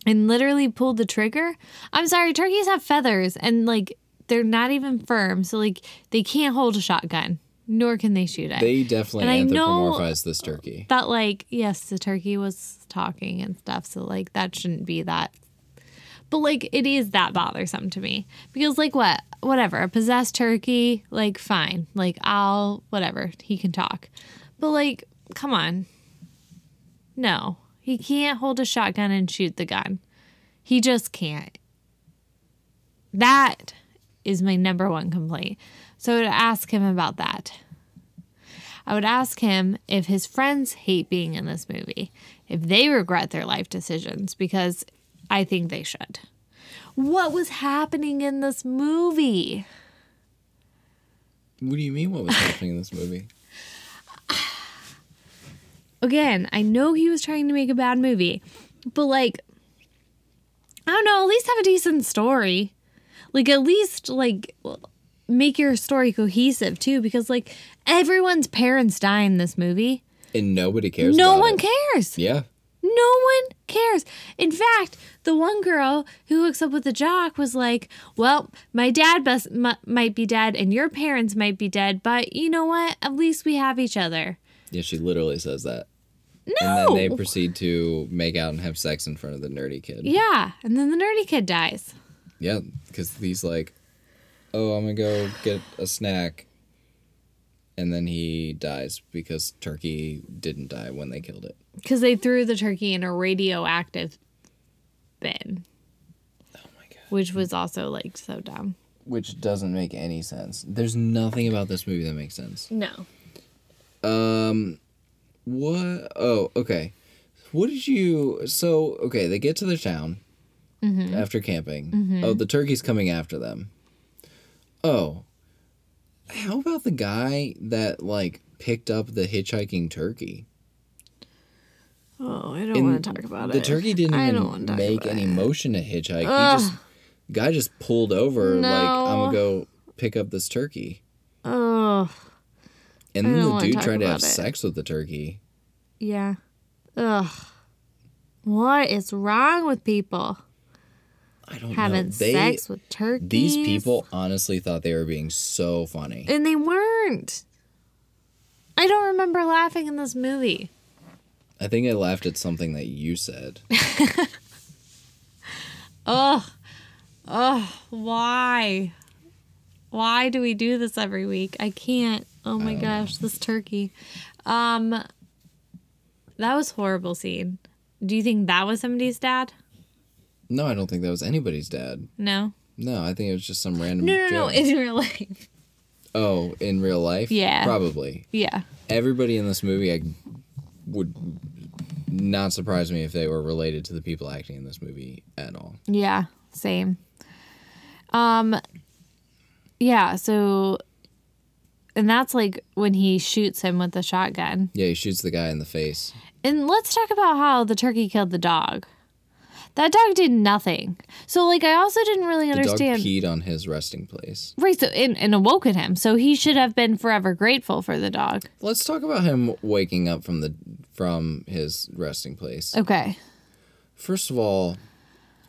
[SPEAKER 5] and literally pulled the trigger. I'm sorry, turkeys have feathers and like they're not even firm, so like they can't hold a shotgun, nor can they shoot it.
[SPEAKER 4] They definitely
[SPEAKER 5] And I know-
[SPEAKER 4] anthropomorphized this turkey.
[SPEAKER 5] that like yes the turkey was talking and stuff so like that shouldn't be that but like it is that bothersome to me because like what whatever a possessed turkey like fine like i'll whatever he can talk but like come on no he can't hold a shotgun and shoot the gun he just can't that is my number one complaint so to ask him about that I would ask him if his friends hate being in this movie, if they regret their life decisions, because I think they should. What was happening in this movie?
[SPEAKER 4] What do you mean? What was happening in this movie?
[SPEAKER 5] Again, I know he was trying to make a bad movie, but like, I don't know, at least have a decent story. Like, at least, like, make your story cohesive too, because like, everyone's parents die in this movie.
[SPEAKER 4] And nobody cares.
[SPEAKER 5] no
[SPEAKER 4] about
[SPEAKER 5] one
[SPEAKER 4] it.
[SPEAKER 5] cares.
[SPEAKER 4] Yeah.
[SPEAKER 5] No one cares. In fact, the one girl who hooks up with the jock was like, "Well, my dad bus- m- might be dead, and your parents might be dead, but you know what? At least we have each other."
[SPEAKER 4] Yeah, she literally says that.
[SPEAKER 5] No.
[SPEAKER 4] And then they proceed to make out and have sex in front of the nerdy kid.
[SPEAKER 5] yeah, and then the nerdy kid dies.
[SPEAKER 4] Yeah, because he's like, oh, I'm going to go get a snack. And then he dies because turkey didn't die when they killed it.
[SPEAKER 5] Because they threw the turkey in a radioactive bin.
[SPEAKER 4] Oh
[SPEAKER 5] Which was also like so dumb.
[SPEAKER 4] Which doesn't make any sense. There's nothing about this movie that makes sense.
[SPEAKER 5] No.
[SPEAKER 4] What? Oh, okay. What did you. So, okay, they get to their town
[SPEAKER 5] Mm-hmm.
[SPEAKER 4] after camping. Oh, the turkey's coming after them. Oh, how about the guy that, like, picked up the hitchhiking turkey?
[SPEAKER 5] Oh, I
[SPEAKER 4] And
[SPEAKER 5] don't want to talk about
[SPEAKER 4] the
[SPEAKER 5] it.
[SPEAKER 4] turkey didn't
[SPEAKER 5] I
[SPEAKER 4] even
[SPEAKER 5] don't wanna talk
[SPEAKER 4] make
[SPEAKER 5] about
[SPEAKER 4] any
[SPEAKER 5] it.
[SPEAKER 4] motion to hitchhike. He just guy just pulled over like I'm gonna go pick up this turkey.
[SPEAKER 5] Oh,
[SPEAKER 4] And
[SPEAKER 5] I
[SPEAKER 4] then
[SPEAKER 5] don't
[SPEAKER 4] the
[SPEAKER 5] wanna
[SPEAKER 4] dude
[SPEAKER 5] talk
[SPEAKER 4] tried to have
[SPEAKER 5] about it.
[SPEAKER 4] sex with the turkey.
[SPEAKER 5] yeah. Ugh. What is wrong with people?
[SPEAKER 4] I don't
[SPEAKER 5] having
[SPEAKER 4] know. They,
[SPEAKER 5] sex with turkeys.
[SPEAKER 4] these people honestly thought they were being so funny.
[SPEAKER 5] and they weren't. I don't remember laughing in this movie.
[SPEAKER 4] I think I laughed at something that you said.
[SPEAKER 5] Why? Why do we do this every week? I can't. Oh my gosh, this turkey. Um that was horrible scene. Do you think that was somebody's dad?
[SPEAKER 4] no, I don't think that was anybody's dad.
[SPEAKER 5] No.
[SPEAKER 4] No, I think it was just some random.
[SPEAKER 5] No, no, no,
[SPEAKER 4] joke.
[SPEAKER 5] in real life.
[SPEAKER 4] oh, in real life?
[SPEAKER 5] Yeah.
[SPEAKER 4] Probably.
[SPEAKER 5] Yeah.
[SPEAKER 4] everybody in this movie I would not surprise me if they were related to the people acting in this movie at all.
[SPEAKER 5] Yeah, same. Um yeah, so and that's like when he shoots him with the shotgun.
[SPEAKER 4] Yeah, he shoots the guy in the face.
[SPEAKER 5] And let's talk about how the turkey killed the dog. That dog did nothing. So like I also didn't really
[SPEAKER 4] The
[SPEAKER 5] understand
[SPEAKER 4] dog peed on his resting place.
[SPEAKER 5] Right, so and, and awoken him. So he should have been forever grateful for the dog.
[SPEAKER 4] Let's talk about him waking up from the from his resting place.
[SPEAKER 5] Okay.
[SPEAKER 4] First of all,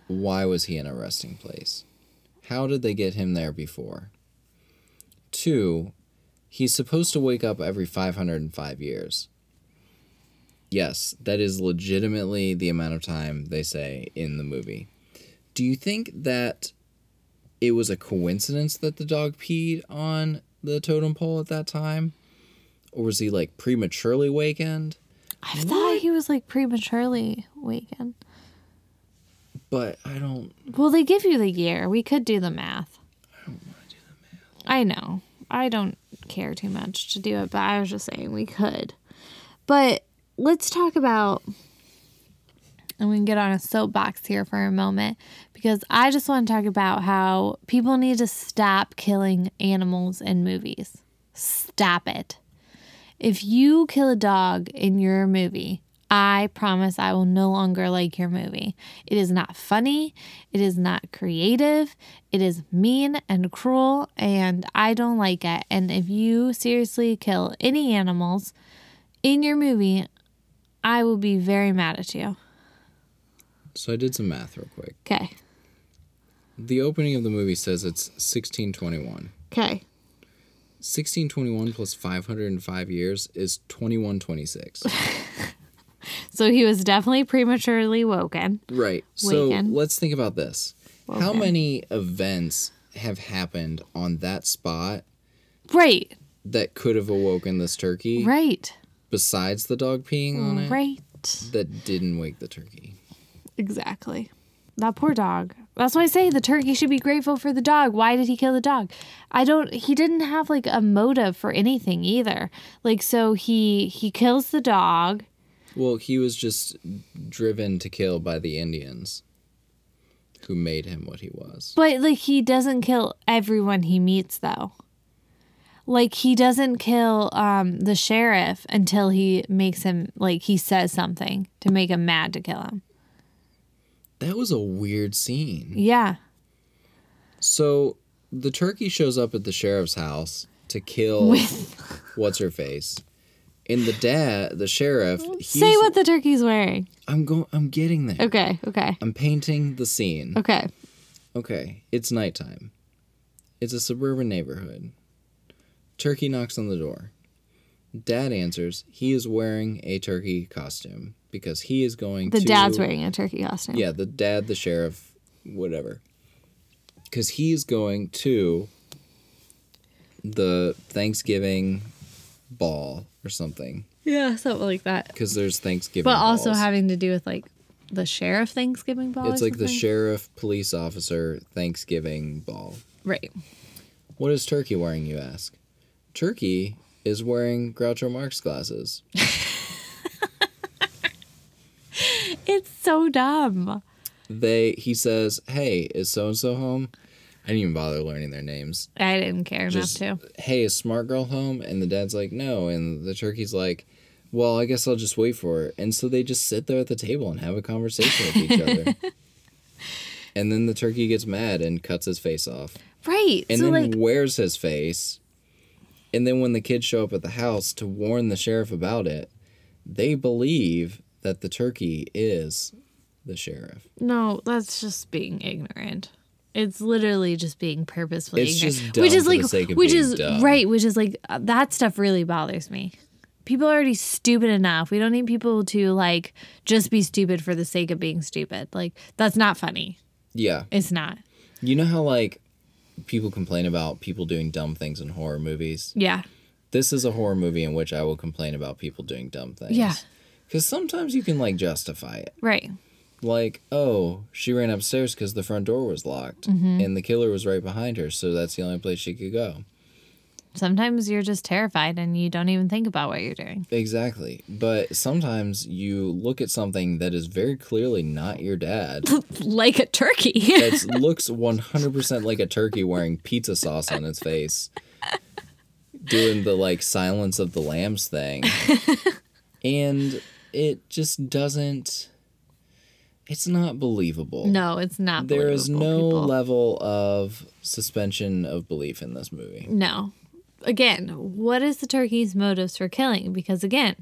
[SPEAKER 4] why was he in a resting place? How did they get him there before? Two, he's supposed to wake up every 505 years. Yes, that is legitimately the amount of time they say in the movie. Do you think that it was a coincidence that the dog peed on the totem pole at that time? Or was he like prematurely wakened?
[SPEAKER 5] I thought he was like prematurely awakened.
[SPEAKER 4] But I don't
[SPEAKER 5] Well, they give you the year. We could do the math. I don't want to do the math. I know. I don't care too much to do it, but I was just saying we could. But let's talk about. And we can get on a soapbox here for a moment because I just want to talk about how people need to stop killing animals in movies. Stop it. If you kill a dog in your movie, I promise I will no longer like your movie. It is not funny. It is not creative. It is mean and cruel, and I don't like it. And if you seriously kill any animals in your movie, I will be very mad at you.
[SPEAKER 4] So I did some math real quick.
[SPEAKER 5] Okay.
[SPEAKER 4] The opening of the movie says it's 1621.
[SPEAKER 5] Okay.
[SPEAKER 4] 1621 plus 505 years is 2126.
[SPEAKER 5] So he was definitely prematurely woken.
[SPEAKER 4] right. So
[SPEAKER 5] Waken.
[SPEAKER 4] let's think about this. How many events have happened on that spot
[SPEAKER 5] Right.
[SPEAKER 4] that could have awoken this turkey
[SPEAKER 5] Right.
[SPEAKER 4] besides the dog peeing on it
[SPEAKER 5] Right.
[SPEAKER 4] that didn't wake the turkey?
[SPEAKER 5] Exactly. That poor dog. That's why I say the turkey should be grateful for the dog. Why did he kill the dog? I don't he didn't have like a motive for anything either. Like so he he kills the dog.
[SPEAKER 4] Well, he was just driven to kill by the Indians who made him what he was.
[SPEAKER 5] But like he doesn't kill everyone he meets though. Like he doesn't kill um the sheriff until he makes him like he says something to make him mad to kill him.
[SPEAKER 4] That was a weird scene.
[SPEAKER 5] Yeah.
[SPEAKER 4] So the turkey shows up at the sheriff's house to kill what's her face. And the dad, the sheriff, he's,
[SPEAKER 5] Say what the turkey's wearing.
[SPEAKER 4] I'm going I'm getting there.
[SPEAKER 5] Okay, okay.
[SPEAKER 4] I'm painting the scene.
[SPEAKER 5] Okay.
[SPEAKER 4] Okay, it's nighttime. It's a suburban neighborhood. Turkey knocks on the door. Dad answers. He is wearing a turkey costume because he is going
[SPEAKER 5] The
[SPEAKER 4] to
[SPEAKER 5] dad's wearing a turkey costume.
[SPEAKER 4] yeah, the dad, the sheriff, whatever. Because he's going to the Thanksgiving ball or something.
[SPEAKER 5] Yeah, something like that.
[SPEAKER 4] Because there's Thanksgiving.
[SPEAKER 5] But also
[SPEAKER 4] balls.
[SPEAKER 5] having to do with like the sheriff Thanksgiving ball.
[SPEAKER 4] it's like the sheriff, police officer, Thanksgiving ball.
[SPEAKER 5] Right.
[SPEAKER 4] What is Turkey wearing, you ask? Turkey is wearing Groucho Marx glasses.
[SPEAKER 5] It's so dumb.
[SPEAKER 4] They he says, "Hey, is so and so home?" I didn't even bother learning their names.
[SPEAKER 5] I didn't care
[SPEAKER 4] just
[SPEAKER 5] enough to.
[SPEAKER 4] hey is smart girl home and the dad's like no and the turkey's like well i guess i'll just wait for her and so they just sit there at the table and have a conversation with each other and then the turkey gets mad and cuts his face off
[SPEAKER 5] Right.
[SPEAKER 4] and
[SPEAKER 5] so
[SPEAKER 4] then
[SPEAKER 5] like
[SPEAKER 4] wears his face and then when the kids show up at the house to warn the sheriff about it they believe that the turkey is the sheriff
[SPEAKER 5] no, that's just being ignorant. It's literally just being purposefully
[SPEAKER 4] It's
[SPEAKER 5] ignorant.
[SPEAKER 4] just dumb
[SPEAKER 5] which is
[SPEAKER 4] for
[SPEAKER 5] like
[SPEAKER 4] the sake of
[SPEAKER 5] which
[SPEAKER 4] being
[SPEAKER 5] is
[SPEAKER 4] dumb.
[SPEAKER 5] right, which is like uh, that stuff really bothers me. People are already stupid enough. We don't need people to like just be stupid for the sake of being stupid. Like that's not funny.
[SPEAKER 4] yeah
[SPEAKER 5] It's not.
[SPEAKER 4] you know how like people complain about people doing dumb things in horror movies
[SPEAKER 5] Yeah.
[SPEAKER 4] this is a horror movie in which I will complain about people doing dumb things.
[SPEAKER 5] Yeah.
[SPEAKER 4] Because sometimes you can like justify it.
[SPEAKER 5] Right.
[SPEAKER 4] Like, oh, she ran upstairs because the front door was locked and the killer was right behind her. So that's the only place she could go.
[SPEAKER 5] Sometimes you're just terrified and you don't even think about what you're doing.
[SPEAKER 4] Exactly. But sometimes you look at something that is very clearly not your dad.
[SPEAKER 5] Like a turkey.
[SPEAKER 4] that looks 100% like a turkey wearing pizza sauce on its face, doing the like silence of the lambs thing. And it just doesn't, it's not believable.
[SPEAKER 5] no, it's not.
[SPEAKER 4] There is no
[SPEAKER 5] believable, people.
[SPEAKER 4] level of suspension of belief in this movie.
[SPEAKER 5] No. Again, what is the turkey's motives for killing? Because again,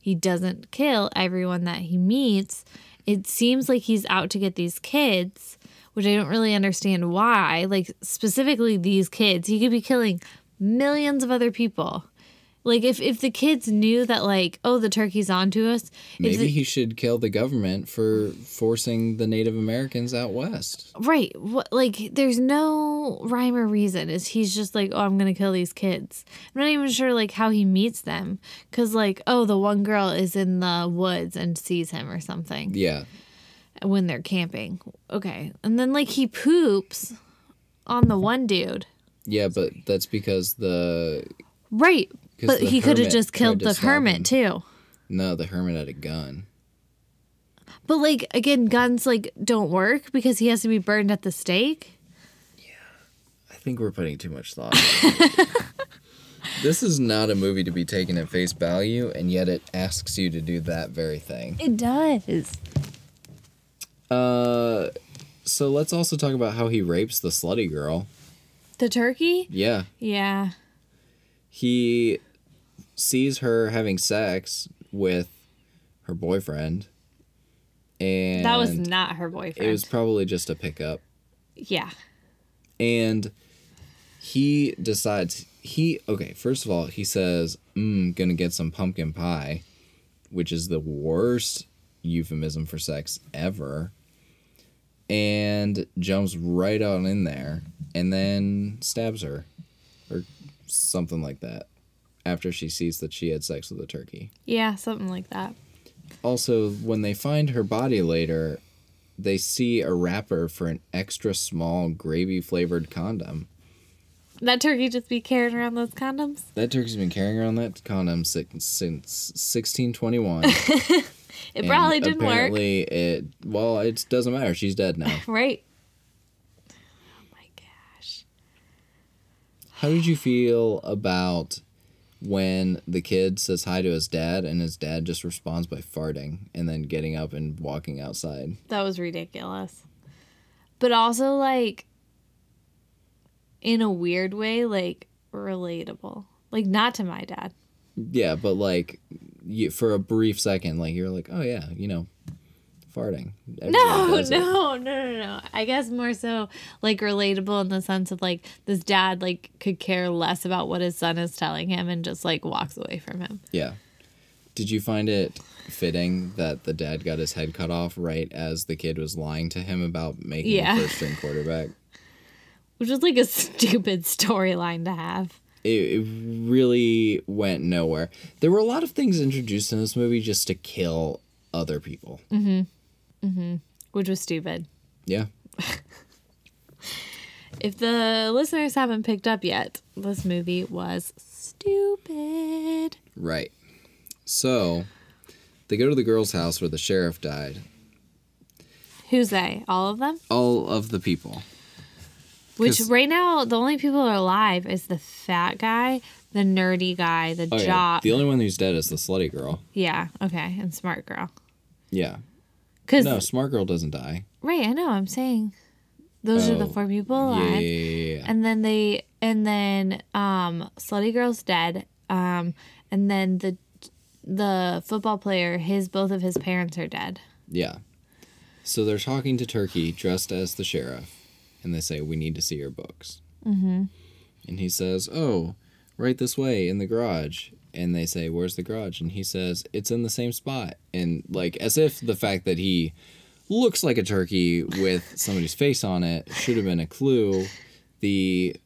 [SPEAKER 5] he doesn't kill everyone that he meets. It seems like he's out to get these kids, which I don't really understand why. Like, specifically these kids, he could be killing millions of other people. Like, if, if the kids knew that, like, oh, the turkey's onto us, if
[SPEAKER 4] Maybe
[SPEAKER 5] the-
[SPEAKER 4] he should kill the government for forcing the Native Americans out west.
[SPEAKER 5] Right. What like there's no rhyme or reason. Is he's just like, "Oh, I'm going to kill these kids." I'm not even sure like how he meets them cuz like, oh, the one girl is in the woods and sees him or something
[SPEAKER 4] Yeah.
[SPEAKER 5] when they're camping. Okay. And then like he poops on the one dude.
[SPEAKER 4] Yeah, but that's because the,
[SPEAKER 5] Right.
[SPEAKER 4] 'Cause
[SPEAKER 5] But
[SPEAKER 4] the
[SPEAKER 5] he could have
[SPEAKER 4] hermit
[SPEAKER 5] just killed
[SPEAKER 4] tried to
[SPEAKER 5] the
[SPEAKER 4] stop him.
[SPEAKER 5] hermit too.
[SPEAKER 4] no, the hermit had a gun.
[SPEAKER 5] But like again, guns like don't work because he has to be burned at the stake.
[SPEAKER 4] I think we're putting too much thought. This is not a movie to be taken at face value, and yet it asks you to do that very thing.
[SPEAKER 6] It does.
[SPEAKER 4] Uh, so let's also talk about how he rapes the slutty girl.
[SPEAKER 5] The turkey?
[SPEAKER 4] Yeah,
[SPEAKER 5] Yeah.
[SPEAKER 4] he sees her having sex with her boyfriend, and
[SPEAKER 5] That was not her boyfriend.
[SPEAKER 4] it was probably just a pickup.
[SPEAKER 5] yeah.
[SPEAKER 4] and he decides he okay first of all he says mm gonna get some pumpkin pie which is the worst euphemism for sex ever and jumps right on in there and then stabs her or something like that after she sees that she had sex with a turkey
[SPEAKER 5] Yeah, something like that.
[SPEAKER 4] also when they find her body later they see a wrapper for an extra small gravy flavored condom
[SPEAKER 5] That turkey just be carrying around those condoms?
[SPEAKER 4] That turkey's been carrying around that condom since, since 1621.
[SPEAKER 5] It probably didn't work.
[SPEAKER 4] apparently it well, it doesn't matter. She's dead now.
[SPEAKER 5] Right. Oh my gosh.
[SPEAKER 4] How did you feel about when the kid says hi to his dad and his dad just responds by farting and then getting up and walking outside?
[SPEAKER 5] That was ridiculous. But also like in a weird way, like relatable. Like not to my dad.
[SPEAKER 4] Yeah, but like you, for a brief second, like you're like, oh yeah, you know, farting. Everyone
[SPEAKER 5] No,
[SPEAKER 4] does it.
[SPEAKER 5] no, no, no, no. I guess more so like relatable in the sense of like this dad like could care less about what his son is telling him and just like walks away from him.
[SPEAKER 4] Yeah. Did you find it fitting that the dad got his head cut off right as the kid was lying to him about making
[SPEAKER 5] Yeah.
[SPEAKER 4] the first string quarterback?
[SPEAKER 5] Which is like a stupid storyline to have.
[SPEAKER 4] It, it really went nowhere. There were a lot of things introduced in this movie just to kill other people.
[SPEAKER 5] Mm. Which was stupid.
[SPEAKER 4] Yeah.
[SPEAKER 5] If the listeners haven't picked up yet, this movie was stupid.
[SPEAKER 4] Right. So they go to the girl's house where the sheriff died.
[SPEAKER 5] Who's they? All of them?
[SPEAKER 4] All of the people.
[SPEAKER 5] Which
[SPEAKER 4] 'Cause-
[SPEAKER 5] right now the only people who are alive is the fat guy, the nerdy guy, the
[SPEAKER 4] Oh, yeah.
[SPEAKER 5] jock.
[SPEAKER 4] The only one who's dead is the slutty girl.
[SPEAKER 5] yeah, okay, and smart girl.
[SPEAKER 4] Yeah.
[SPEAKER 5] Cause
[SPEAKER 4] No, Smart Girl doesn't die.
[SPEAKER 5] right, I know. I'm saying those are the
[SPEAKER 4] Oh,
[SPEAKER 5] four people
[SPEAKER 4] Yeah, yeah,
[SPEAKER 5] alive,
[SPEAKER 4] yeah, yeah.
[SPEAKER 5] and then they, and then um, slutty girl's dead, um, and then the the football player, his both of his parents are dead.
[SPEAKER 4] Yeah. So they're talking to Turkey dressed as the sheriff, and they say, We need to see your books. Mm-hmm. And he says, Oh, right this way in the garage. And they say, Where's the garage? And he says, It's in the same spot. And like, as if the fact that he looks like a turkey with somebody's face on it should have been a clue, the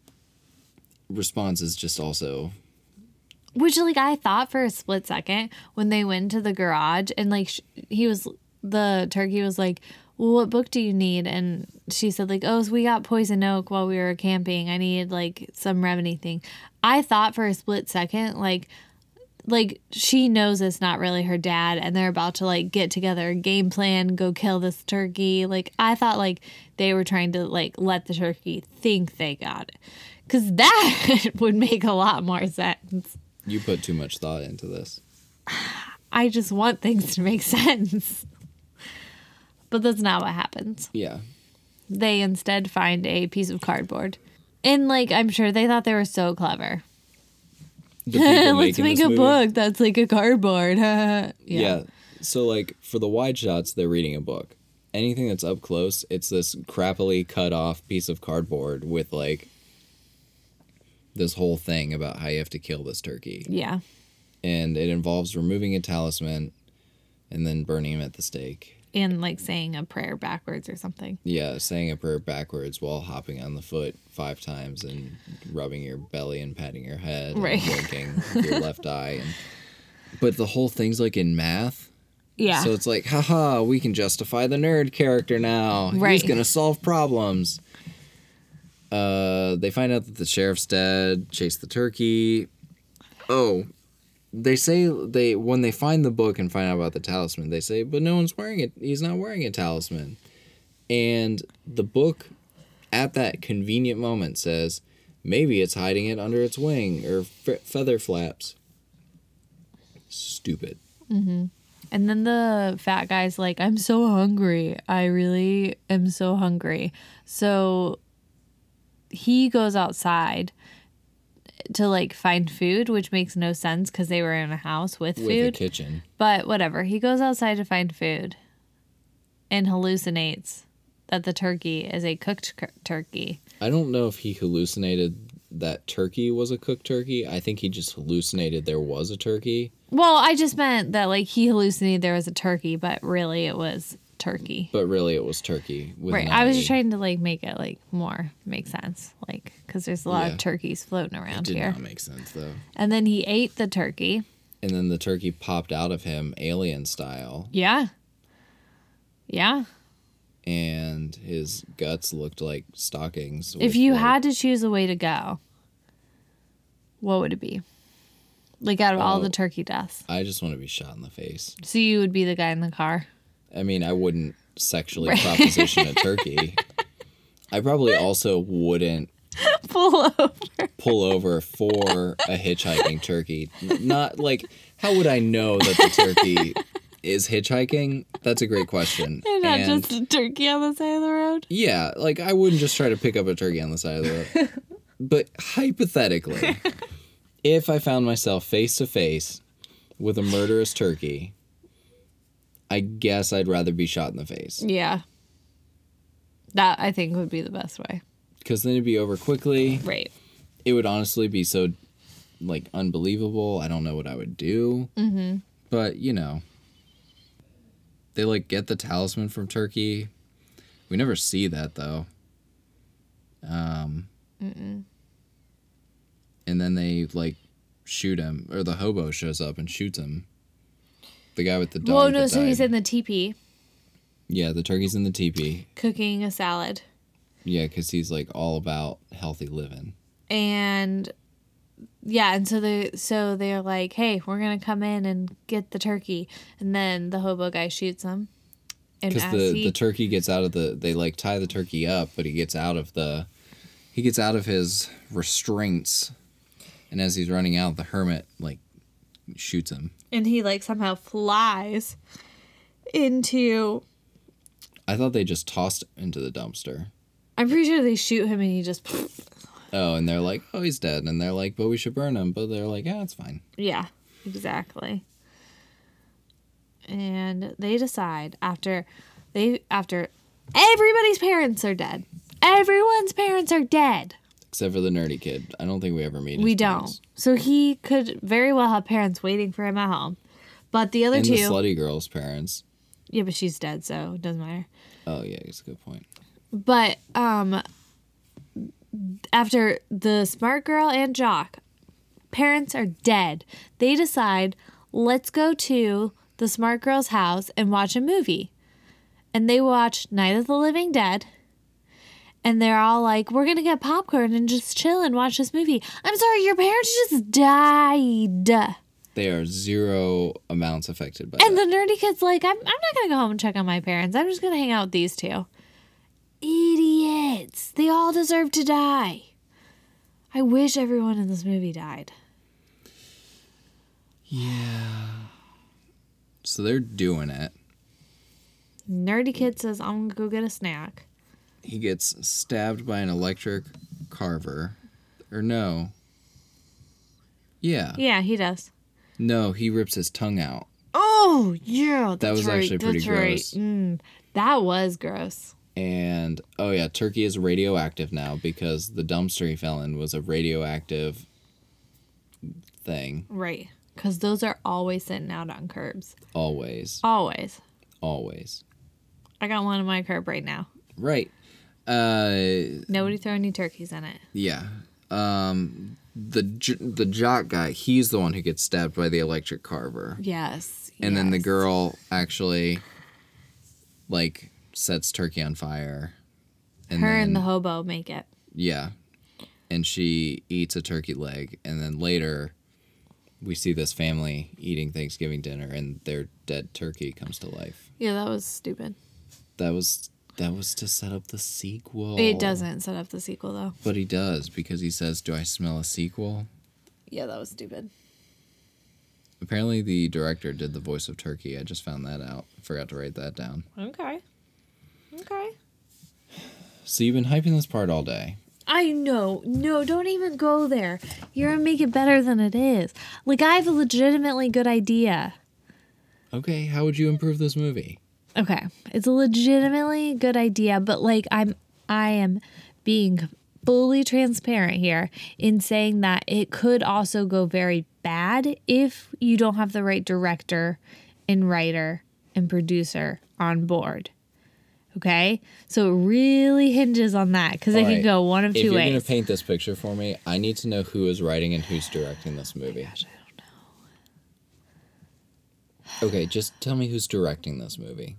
[SPEAKER 4] response is just also
[SPEAKER 5] Which, like, I thought for a split second when they went to the garage and, like, sh- he was, the turkey was like, well, what book do you need? And she said, like, oh, so we got poison oak while we were camping. I needed, like, some remedy thing. I thought for a split second, like, like she knows it's not really her dad and they're about to like get together a game plan go kill this turkey like i thought like they were trying to like let the turkey think they got it because that would make a lot more sense
[SPEAKER 4] you put too much thought into this.
[SPEAKER 5] I just want things to make sense. But that's not what happens.
[SPEAKER 4] Yeah.
[SPEAKER 5] They instead find a piece of cardboard. And like I'm sure they thought they were so clever.
[SPEAKER 4] The people
[SPEAKER 5] Let's
[SPEAKER 4] making
[SPEAKER 5] make
[SPEAKER 4] this
[SPEAKER 5] a
[SPEAKER 4] movie-
[SPEAKER 5] book that's like a cardboard. yeah.
[SPEAKER 4] Yeah. So like for the wide shots, they're reading a book. Anything that's up close, it's this crappily cut off piece of cardboard with like this whole thing about how you have to kill this turkey.
[SPEAKER 5] Yeah.
[SPEAKER 4] And it involves removing a talisman and then burning him at the stake.
[SPEAKER 5] And like saying a prayer backwards or something.
[SPEAKER 4] Yeah, saying a prayer backwards while hopping on the foot five times and rubbing your belly and patting your head
[SPEAKER 5] Right.
[SPEAKER 4] and blinking with your left eye. And, but the whole thing's like in math.
[SPEAKER 5] Yeah.
[SPEAKER 4] So it's like, haha, we can justify the nerd character now. He's
[SPEAKER 5] Right.
[SPEAKER 4] gonna solve problems. Uh, they find out that the sheriff's dead. Chase the turkey. Oh, they say they when they find the book and find out about the talisman, they say, but no one's wearing it. He's not wearing a talisman. And the book, at that convenient moment, says, Maybe it's hiding it under its wing or f- feather flaps. Stupid.
[SPEAKER 5] And then the fat guy's like, I'm so hungry. I really am so hungry. So he goes outside to like find food, which makes no sense because they were in a house with
[SPEAKER 4] With a
[SPEAKER 5] food.
[SPEAKER 4] kitchen.
[SPEAKER 5] But whatever. He goes outside to find food and hallucinates that the turkey is a cooked cur- turkey.
[SPEAKER 4] I don't know if he hallucinated that turkey was a cooked turkey. I think he just hallucinated there was a turkey.
[SPEAKER 5] Well, I just meant that like he hallucinated there was a turkey, but really it was turkey.
[SPEAKER 4] But really, it was turkey. With
[SPEAKER 5] Right.
[SPEAKER 4] an
[SPEAKER 5] I was
[SPEAKER 4] IE.
[SPEAKER 5] just trying to like make it like more make sense, like because there's a lot
[SPEAKER 4] Yeah.
[SPEAKER 5] of turkeys floating around
[SPEAKER 4] Did
[SPEAKER 5] here.
[SPEAKER 4] not make sense though.
[SPEAKER 5] And then he ate the turkey.
[SPEAKER 4] And then the turkey popped out of him, alien style,
[SPEAKER 5] Yeah. Yeah.
[SPEAKER 4] and his guts looked like stockings.
[SPEAKER 5] if
[SPEAKER 4] with,
[SPEAKER 5] you
[SPEAKER 4] like,
[SPEAKER 5] had to choose a way to go, what would it be? Like out of all the
[SPEAKER 4] Oh.
[SPEAKER 5] turkey deaths,
[SPEAKER 4] I just want to be shot in the face.
[SPEAKER 5] so you would be the guy in the car.
[SPEAKER 4] I mean, I wouldn't sexually proposition a turkey. I probably also wouldn't
[SPEAKER 5] Pull over.
[SPEAKER 4] pull over for a hitchhiking turkey. Not like how would I know that the turkey is hitchhiking? That's a great question.
[SPEAKER 5] Not
[SPEAKER 4] And-
[SPEAKER 5] just a turkey on the side of the road.
[SPEAKER 4] Yeah, like I wouldn't just try to pick up a turkey on the side of the road. but hypothetically, if I found myself face to face with a murderous turkey, I guess I'd rather be shot in the face
[SPEAKER 5] Yeah. That I think would be the best way.
[SPEAKER 4] because then it'd be over quickly.
[SPEAKER 5] Right.
[SPEAKER 4] It would honestly be so like unbelievable. I don't know what I would do. Mm-hmm. But you know, they like get the talisman from Turkey. We never see that though. Um, and then they like shoot him, or the hobo shows up and shoots him. The guy with the dog.
[SPEAKER 5] Well, no.
[SPEAKER 4] that
[SPEAKER 5] So he's
[SPEAKER 4] died.
[SPEAKER 5] in the teepee
[SPEAKER 4] yeah, the turkey's in the teepee.
[SPEAKER 5] cooking a salad.
[SPEAKER 4] Yeah, because he's like all about healthy living.
[SPEAKER 5] and yeah and so they so they're like hey we're gonna come in and get the turkey and then the hobo guy shoots him and
[SPEAKER 4] because
[SPEAKER 5] as
[SPEAKER 4] the,
[SPEAKER 5] he
[SPEAKER 4] the turkey gets out of the they like tie the turkey up but he gets out of the he gets out of his restraints and as he's running out the hermit like shoots him
[SPEAKER 5] and he like somehow flies into
[SPEAKER 4] i thought they just tossed him into the dumpster
[SPEAKER 5] i'm pretty sure they shoot him and he just
[SPEAKER 4] oh and they're like oh he's dead and they're like but we should burn him but they're like yeah it's fine
[SPEAKER 5] yeah exactly and they decide after they after everybody's parents are dead everyone's parents are dead
[SPEAKER 4] except for the nerdy kid i don't think we ever meet his
[SPEAKER 5] We
[SPEAKER 4] parents.
[SPEAKER 5] don't. So he could very well have parents waiting for him at home. But the other
[SPEAKER 4] and
[SPEAKER 5] two,
[SPEAKER 4] the slutty girl's parents
[SPEAKER 5] yeah, but she's dead, so it doesn't matter.
[SPEAKER 4] oh yeah it's a good point
[SPEAKER 5] But um, after the smart girl and Jock, parents are dead. They decide, let's go to the smart girl's house and watch a movie. And they watch Night of the Living Dead. And they're all like, we're going to get popcorn and just chill and watch this movie. I'm sorry, your parents just died.
[SPEAKER 4] they are zero amounts affected by
[SPEAKER 5] And
[SPEAKER 4] that.
[SPEAKER 5] the nerdy kid's like, I'm, I'm not going to go home and check on my parents. I'm just going to hang out with these two. Idiots. They all deserve to die. I wish everyone in this movie died.
[SPEAKER 4] so they're doing it
[SPEAKER 5] Nerdy kid says, I'm going to go get a snack.
[SPEAKER 4] he gets stabbed by an electric carver or no yeah.
[SPEAKER 5] Yeah, he does.
[SPEAKER 4] no he rips his tongue out
[SPEAKER 5] Oh, yeah. That's
[SPEAKER 4] was
[SPEAKER 5] right,
[SPEAKER 4] actually pretty
[SPEAKER 5] that's right.
[SPEAKER 4] gross.
[SPEAKER 5] Mm, that was gross.
[SPEAKER 4] and oh yeah turkey is radioactive now because the dumpster he fell in was a radioactive thing
[SPEAKER 5] Right. Because those are always sitting out on curbs.
[SPEAKER 4] always
[SPEAKER 5] Always.
[SPEAKER 4] always
[SPEAKER 5] I got one in my curb right now.
[SPEAKER 4] right uh
[SPEAKER 5] Nobody throw any turkeys in it.
[SPEAKER 4] Yeah. Um the j- the jock guy, he's the one who gets stabbed by the electric carver.
[SPEAKER 5] Yes.
[SPEAKER 4] And then the
[SPEAKER 5] yes.
[SPEAKER 4] girl actually like sets Turkey on fire. And
[SPEAKER 5] Her
[SPEAKER 4] then,
[SPEAKER 5] and the hobo make it.
[SPEAKER 4] yeah. And she eats a turkey leg and then later we see this family eating Thanksgiving dinner and their dead turkey comes to life.
[SPEAKER 5] Yeah, that was stupid.
[SPEAKER 4] That was That was to set up the sequel.
[SPEAKER 5] It doesn't set up the sequel though.
[SPEAKER 4] But he does because he says, "Do I smell a sequel?"
[SPEAKER 5] Yeah, that was stupid.
[SPEAKER 4] Apparently, the director did the voice of Turkey. I just found that out. Forgot to write that down.
[SPEAKER 5] Okay. Okay.
[SPEAKER 4] So you've been hyping this part all day.
[SPEAKER 5] I know. No, don't even go there. You're gonna make it better than it is. Like I have a legitimately good idea.
[SPEAKER 4] Okay, how would you improve this movie?
[SPEAKER 5] Okay. It's a legitimately good idea, but like I'm I am being fully transparent here in saying that it could also go very bad if you don't have the right director and writer and producer on board. Okay? So it really hinges on that cuz it could go one of
[SPEAKER 4] if
[SPEAKER 5] two
[SPEAKER 4] you're
[SPEAKER 5] ways.
[SPEAKER 4] gonna paint this picture for me, I need to know who is writing and who's directing this
[SPEAKER 5] Oh
[SPEAKER 4] movie. Okay, just tell me who's directing this movie.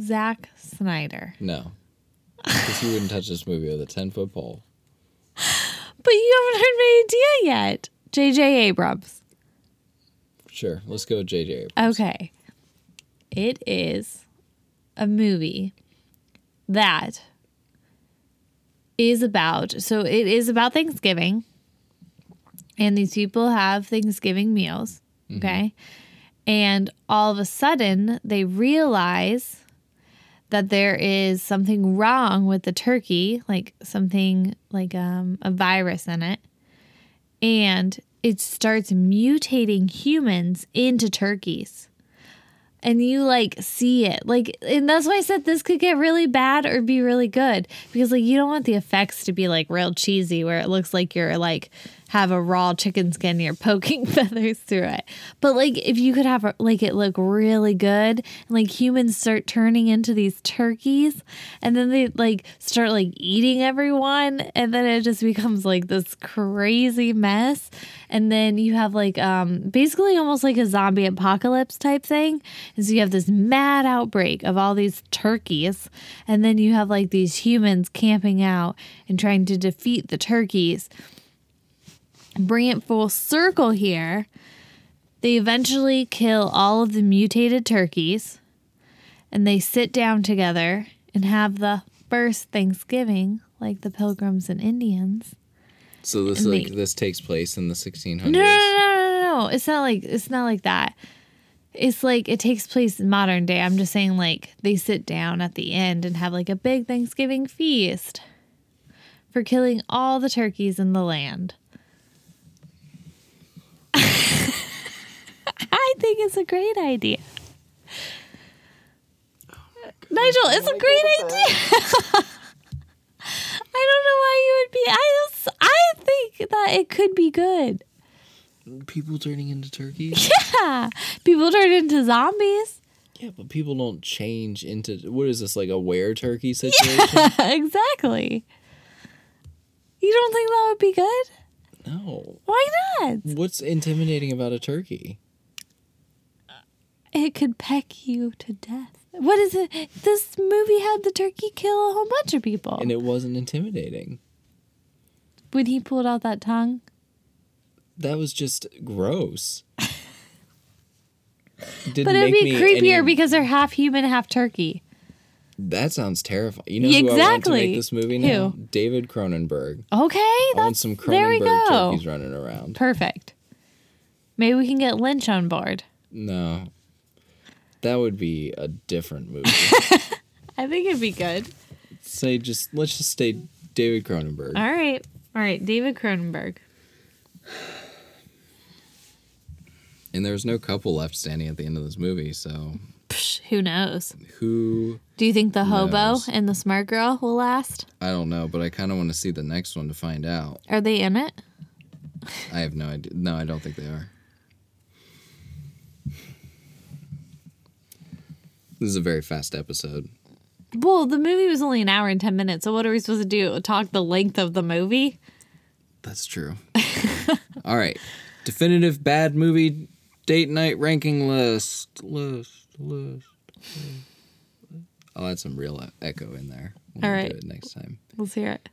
[SPEAKER 5] Zack Snyder.
[SPEAKER 4] No, because he wouldn't touch this movie with a ten foot pole.
[SPEAKER 5] But you haven't heard my idea yet. JJ Abrams.
[SPEAKER 4] Sure, let's go with JJ. Abrams.
[SPEAKER 5] Okay. It is a movie that is about so it is about Thanksgiving. And these people have Thanksgiving meals. Okay. And all of a sudden they realize that there is something wrong with the turkey, like something like um, a virus in it and it starts mutating humans into turkeys. And you like see it. Like and that's why I said this could get really bad or be really good because like you don't want the effects to be like real cheesy where it looks like you're like have a raw chicken skin and you're poking feathers through it. But like if you could have a- like it look really good and like humans start turning into these turkeys and then they like start like eating everyone and then it just becomes like this crazy mess and then you have like um basically almost like a zombie apocalypse type thing and so you have this mad outbreak of all these turkeys and then you have like these humans camping out and trying to defeat the turkeys bring it full circle here they eventually kill all of the mutated turkeys and they sit down together and have the first Thanksgiving, like the pilgrims and Indians.
[SPEAKER 4] So this
[SPEAKER 5] And
[SPEAKER 4] like
[SPEAKER 5] they-
[SPEAKER 4] this takes place in the 1600s.
[SPEAKER 5] No, no, no, no, no, no. It's not like it's not like that. It's like it takes place in modern day. I'm just saying, like they sit down at the end and have like a big Thanksgiving feast for killing all the turkeys in the land. I think it's a great idea. Nigel, it's a great idea. I don't know why you would be. I just, I think that it could be good.
[SPEAKER 4] People turning into turkeys.
[SPEAKER 5] Yeah. People turn into zombies.
[SPEAKER 4] Yeah, but people don't change into what is this like a where turkey situation?
[SPEAKER 5] exactly. You don't think that would be good?
[SPEAKER 4] No.
[SPEAKER 5] Why not?
[SPEAKER 4] What's intimidating about a turkey?
[SPEAKER 5] It could peck you to death. What is it? This movie had the turkey kill a whole bunch of people.
[SPEAKER 4] And it wasn't intimidating.
[SPEAKER 5] when he pulled out that tongue.
[SPEAKER 4] That was just gross. Didn't
[SPEAKER 5] But it'd
[SPEAKER 4] make
[SPEAKER 5] be
[SPEAKER 4] me
[SPEAKER 5] creepier
[SPEAKER 4] any-
[SPEAKER 5] because they're half human, half turkey.
[SPEAKER 4] that sounds terrifying. You know
[SPEAKER 5] Yeah,
[SPEAKER 4] who I want to
[SPEAKER 5] exactly.
[SPEAKER 4] make this movie now?
[SPEAKER 5] Who?
[SPEAKER 4] David Cronenberg.
[SPEAKER 5] Okay.
[SPEAKER 4] I want
[SPEAKER 5] That's,
[SPEAKER 4] some
[SPEAKER 5] there we
[SPEAKER 4] Cronenberg
[SPEAKER 5] go.
[SPEAKER 4] turkeys running around.
[SPEAKER 5] Perfect. Maybe we can get Lynch on board.
[SPEAKER 4] No. That would be a different movie.
[SPEAKER 5] I think it'd be good.
[SPEAKER 4] Say just let's just stay David Cronenberg.
[SPEAKER 5] All right. All right. David Cronenberg.
[SPEAKER 4] And there was no couple left standing at the end of this movie, so
[SPEAKER 5] Psh, who knows?
[SPEAKER 4] who
[SPEAKER 5] Do you think the hobo
[SPEAKER 4] knows?
[SPEAKER 5] and the smart girl will last?
[SPEAKER 4] I don't know, but I kind of want to see the next one to find out.
[SPEAKER 5] Are they in it?
[SPEAKER 4] I have no idea. No, I don't think they are. This is a very fast episode.
[SPEAKER 5] Well, the movie was only an hour and 10 minutes, so what are we supposed to do? Talk the length of the movie?
[SPEAKER 4] That's true. All right. Definitive bad movie date night ranking list. List, list. list. I'll add some real echo in there. when
[SPEAKER 5] All
[SPEAKER 4] we
[SPEAKER 5] right.
[SPEAKER 4] Do it next time.
[SPEAKER 5] Let's hear it.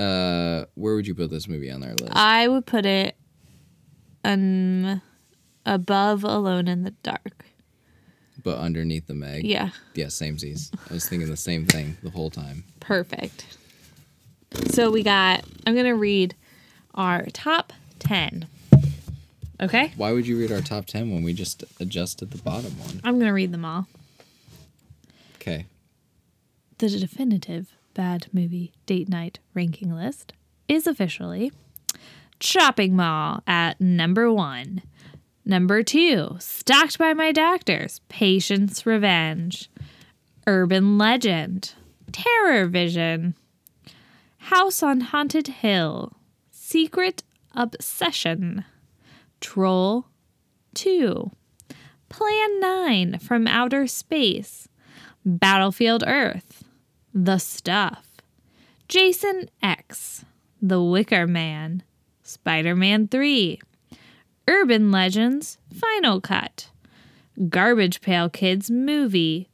[SPEAKER 4] Uh, where would you put this movie on our list?
[SPEAKER 5] I would put it um above Alone in the Dark.
[SPEAKER 4] but underneath the Meg.
[SPEAKER 5] Yeah.
[SPEAKER 4] Yeah, samesies. I was thinking the same thing the whole time.
[SPEAKER 5] Perfect. So we got, I'm going to read our top 10. Okay?
[SPEAKER 4] Why would you read our top 10 when we just adjusted the bottom one?
[SPEAKER 5] I'm going to read them all.
[SPEAKER 4] Okay.
[SPEAKER 5] The definitive bad movie date night ranking list is officially Shopping Mall at number one. Number two, Stalked by My Doctors, Patient's Revenge, Urban Legend, Terror Vision, House on Haunted Hill, Secret Obsession, Troll 2, Plan 9 from Outer Space, Battlefield Earth, The Stuff, Jason X, The Wicker Man, Spider Man 3, Urban Legends Final Cut, Garbage Pail Kids Movie,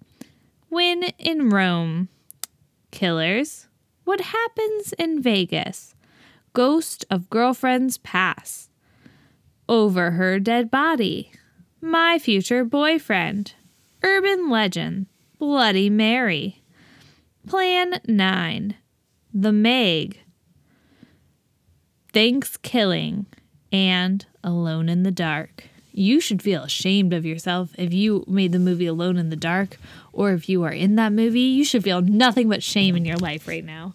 [SPEAKER 5] When in Rome, Killers, What Happens in Vegas, Ghost of Girlfriend's Past, Over Her Dead Body, My Future Boyfriend, Urban Legend, Bloody Mary. Plan 9 The Meg, Thanksgiving, and Alone in the Dark. You should feel ashamed of yourself if you made the movie Alone in the Dark, or if you are in that movie. You should feel nothing but shame in your life right now.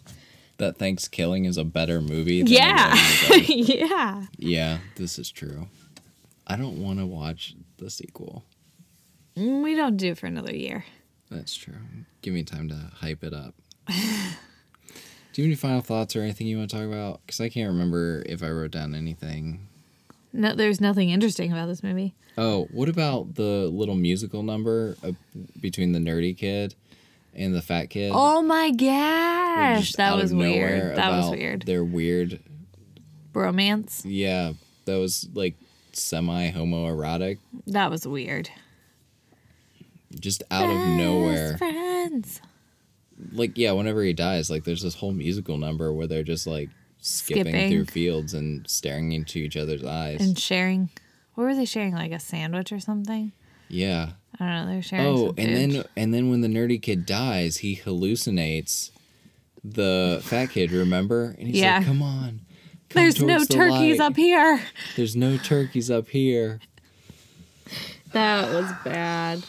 [SPEAKER 4] That Thanks Killing is a better movie. Than
[SPEAKER 5] Yeah.
[SPEAKER 4] Alone in the Dark.
[SPEAKER 5] yeah.
[SPEAKER 4] yeah, this is true. I don't want to watch the sequel.
[SPEAKER 5] Mm, We don't do it for another year.
[SPEAKER 4] That's true. Give me time to hype it up. Do you have any final thoughts or anything you want to talk about? Because I can't remember if I wrote down anything.
[SPEAKER 5] No, there's nothing interesting about this movie.
[SPEAKER 4] Oh, what about the little musical number uh, between the nerdy kid and the fat kid?
[SPEAKER 5] Oh my
[SPEAKER 4] Like,
[SPEAKER 5] gosh.
[SPEAKER 4] just
[SPEAKER 5] That
[SPEAKER 4] out of
[SPEAKER 5] was
[SPEAKER 4] nowhere
[SPEAKER 5] weird. That was
[SPEAKER 4] about
[SPEAKER 5] weird.
[SPEAKER 4] Their weird,
[SPEAKER 5] Bromance.
[SPEAKER 4] yeah, that was like semi homoerotic,
[SPEAKER 5] That was weird.
[SPEAKER 4] just out of nowhere.
[SPEAKER 5] Friends.
[SPEAKER 4] Like, yeah, whenever he dies, like there's this whole musical number where they're just like skipping,
[SPEAKER 5] Skipping.
[SPEAKER 4] through fields and staring into each other's eyes.
[SPEAKER 5] and sharing. What were they sharing? Like a sandwich or something?
[SPEAKER 4] yeah.
[SPEAKER 5] I don't know. They're sharing.
[SPEAKER 4] Oh,
[SPEAKER 5] some
[SPEAKER 4] and
[SPEAKER 5] food.
[SPEAKER 4] then and then when the nerdy kid dies, he hallucinates the fat kid. Remember? And he's
[SPEAKER 5] Yeah.
[SPEAKER 4] like, "Come on, come
[SPEAKER 5] there's no
[SPEAKER 4] towards the
[SPEAKER 5] turkeys
[SPEAKER 4] light.
[SPEAKER 5] up here.
[SPEAKER 4] There's no turkeys up here."
[SPEAKER 5] That was bad.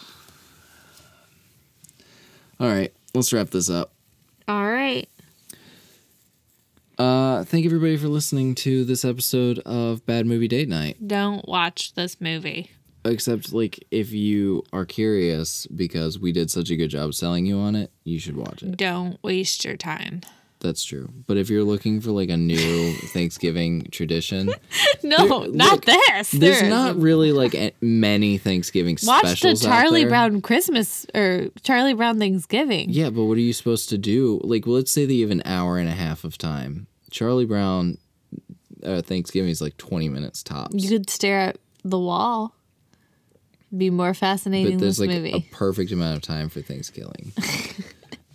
[SPEAKER 4] All right, let's wrap this up.
[SPEAKER 5] All right.
[SPEAKER 4] Uh, thank everybody for listening to this episode of Bad Movie Date Night.
[SPEAKER 5] Don't watch this movie.
[SPEAKER 4] Except, like, if you are curious because we did such a good job selling you on it, you should watch it.
[SPEAKER 5] Don't waste your time.
[SPEAKER 4] That's true. But if you're looking for like a new Thanksgiving tradition,
[SPEAKER 5] No, not
[SPEAKER 4] look,
[SPEAKER 5] this.
[SPEAKER 4] there's
[SPEAKER 5] There-
[SPEAKER 4] not really like a- many Thanksgiving
[SPEAKER 5] Watch the
[SPEAKER 4] specials out
[SPEAKER 5] Charlie
[SPEAKER 4] there.
[SPEAKER 5] Brown Christmas or Charlie Brown Thanksgiving.
[SPEAKER 4] Yeah, but what are you supposed to do? Like, well, let's say they have an hour and a half of time. Charlie Brown uh, Thanksgiving is like 20 minutes tops.
[SPEAKER 5] You could stare at the wall. Be more fascinating
[SPEAKER 4] but
[SPEAKER 5] than this
[SPEAKER 4] there's like
[SPEAKER 5] movie.
[SPEAKER 4] a perfect amount of time for Thanksgiving.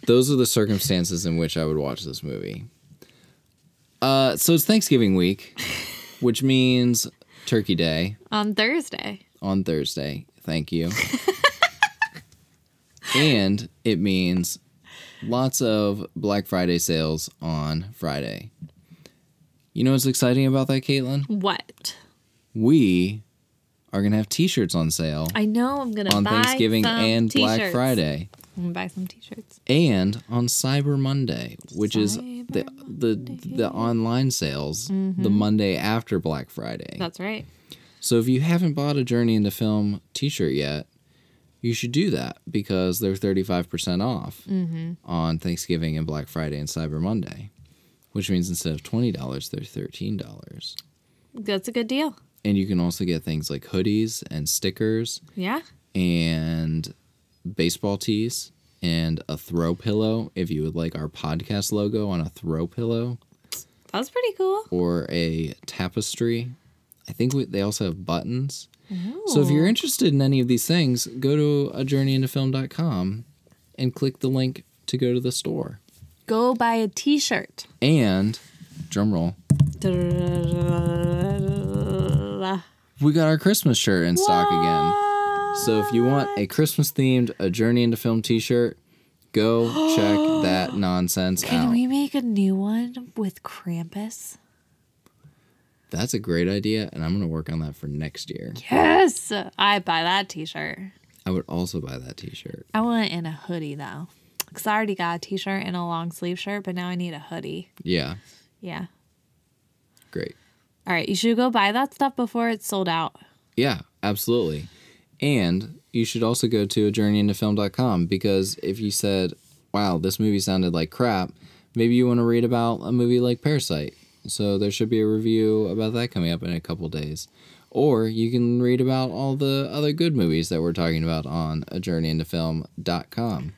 [SPEAKER 4] Those are the circumstances in which I would watch this movie. Uh, so it's Thanksgiving week, which means Turkey Day
[SPEAKER 5] On Thursday.
[SPEAKER 4] on Thursday. Thank you. and it means lots of Black Friday sales on Friday. You know what's exciting about that, Caitlin?
[SPEAKER 5] What?
[SPEAKER 4] We are gonna have T-shirts on sale
[SPEAKER 5] I know I'm gonna
[SPEAKER 4] on
[SPEAKER 5] buy
[SPEAKER 4] Thanksgiving
[SPEAKER 5] some
[SPEAKER 4] and Black
[SPEAKER 5] t-shirts.
[SPEAKER 4] Friday.
[SPEAKER 5] I'm gonna buy some t-shirts.
[SPEAKER 4] and on Cyber Monday, which is the the the online sales the Monday after Black Friday.
[SPEAKER 5] That's right.
[SPEAKER 4] so if you haven't bought a Journey into Film T-shirt yet, you should do that because they're thirty five percent off on Thanksgiving and Black Friday and Cyber Monday, which means instead of twenty dollars, they're thirteen dollars.
[SPEAKER 5] That's a good deal.
[SPEAKER 4] And you can also get things like hoodies and stickers
[SPEAKER 5] Yeah.
[SPEAKER 4] and baseball tees and a throw pillow if you would like our podcast logo on a throw pillow
[SPEAKER 5] That's pretty cool.
[SPEAKER 4] or a tapestry. I think we, they also have buttons. So if you're interested in any of these things, go to a journeyintofilm.com and click the link to go to the store.
[SPEAKER 5] Go buy a t-shirt.
[SPEAKER 4] And drumroll,
[SPEAKER 5] Da-da-da-da-da-da-da-da.
[SPEAKER 4] we got our Christmas shirt in stock again. So if you want a Christmas themed A Journey into Film t shirt, go check that nonsense
[SPEAKER 5] Can
[SPEAKER 4] out.
[SPEAKER 5] we make a new one with Krampus?
[SPEAKER 4] That's a great idea, and I'm going to work on that for next year.
[SPEAKER 5] Yes, I buy that T-shirt.
[SPEAKER 4] I would also buy that t shirt.
[SPEAKER 5] I want it in a hoodie though, because I already got a T-shirt and a long sleeve shirt, but now I need a hoodie.
[SPEAKER 4] Yeah,
[SPEAKER 5] Yeah.
[SPEAKER 4] great.
[SPEAKER 5] All right, you should go buy that stuff before it's sold out.
[SPEAKER 4] Yeah, absolutely. And you should also go to a journeyintofilm.com because if you said, wow, this movie sounded like crap, maybe you want to read about a movie like Parasite. So there should be a review about that coming up in a couple days. Or you can read about all the other good movies that we're talking about on a journeyintofilm.com.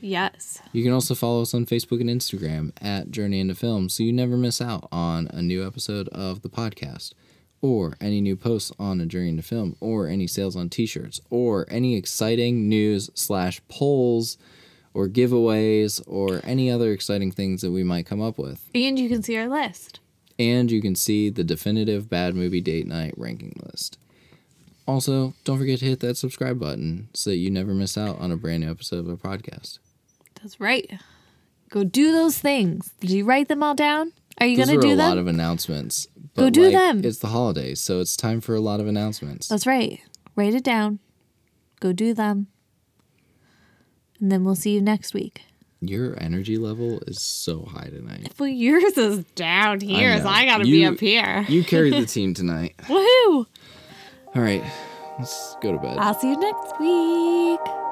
[SPEAKER 5] Yes.
[SPEAKER 4] You can also follow us on Facebook and Instagram at Journey into Film so you never miss out on a new episode of the podcast or any new posts on a journey into film or any sales on t-shirts or any exciting news slash polls or giveaways or any other exciting things that we might come up with
[SPEAKER 5] And you can see our list.
[SPEAKER 4] and you can see the definitive bad movie date night ranking list also don't forget to hit that subscribe button so that you never miss out on a brand new episode of our podcast
[SPEAKER 5] That's right. Go do those things. Did you write them all down? Are you
[SPEAKER 4] Those
[SPEAKER 5] gonna
[SPEAKER 4] were
[SPEAKER 5] do
[SPEAKER 4] a
[SPEAKER 5] them?
[SPEAKER 4] lot of announcements.
[SPEAKER 5] Go
[SPEAKER 4] but,
[SPEAKER 5] do
[SPEAKER 4] like,
[SPEAKER 5] them.
[SPEAKER 4] It's the holidays, so it's time for a lot of announcements.
[SPEAKER 5] That's right. Write it down. Go do them. And then we'll see you next week.
[SPEAKER 4] Your energy level is so high tonight.
[SPEAKER 5] Well, yours is down here,
[SPEAKER 4] know.
[SPEAKER 5] so I gotta be
[SPEAKER 4] You-
[SPEAKER 5] up here.
[SPEAKER 4] You carry the team tonight.
[SPEAKER 5] Woohoo!
[SPEAKER 4] All right, let's go to bed.
[SPEAKER 5] I'll see you next week.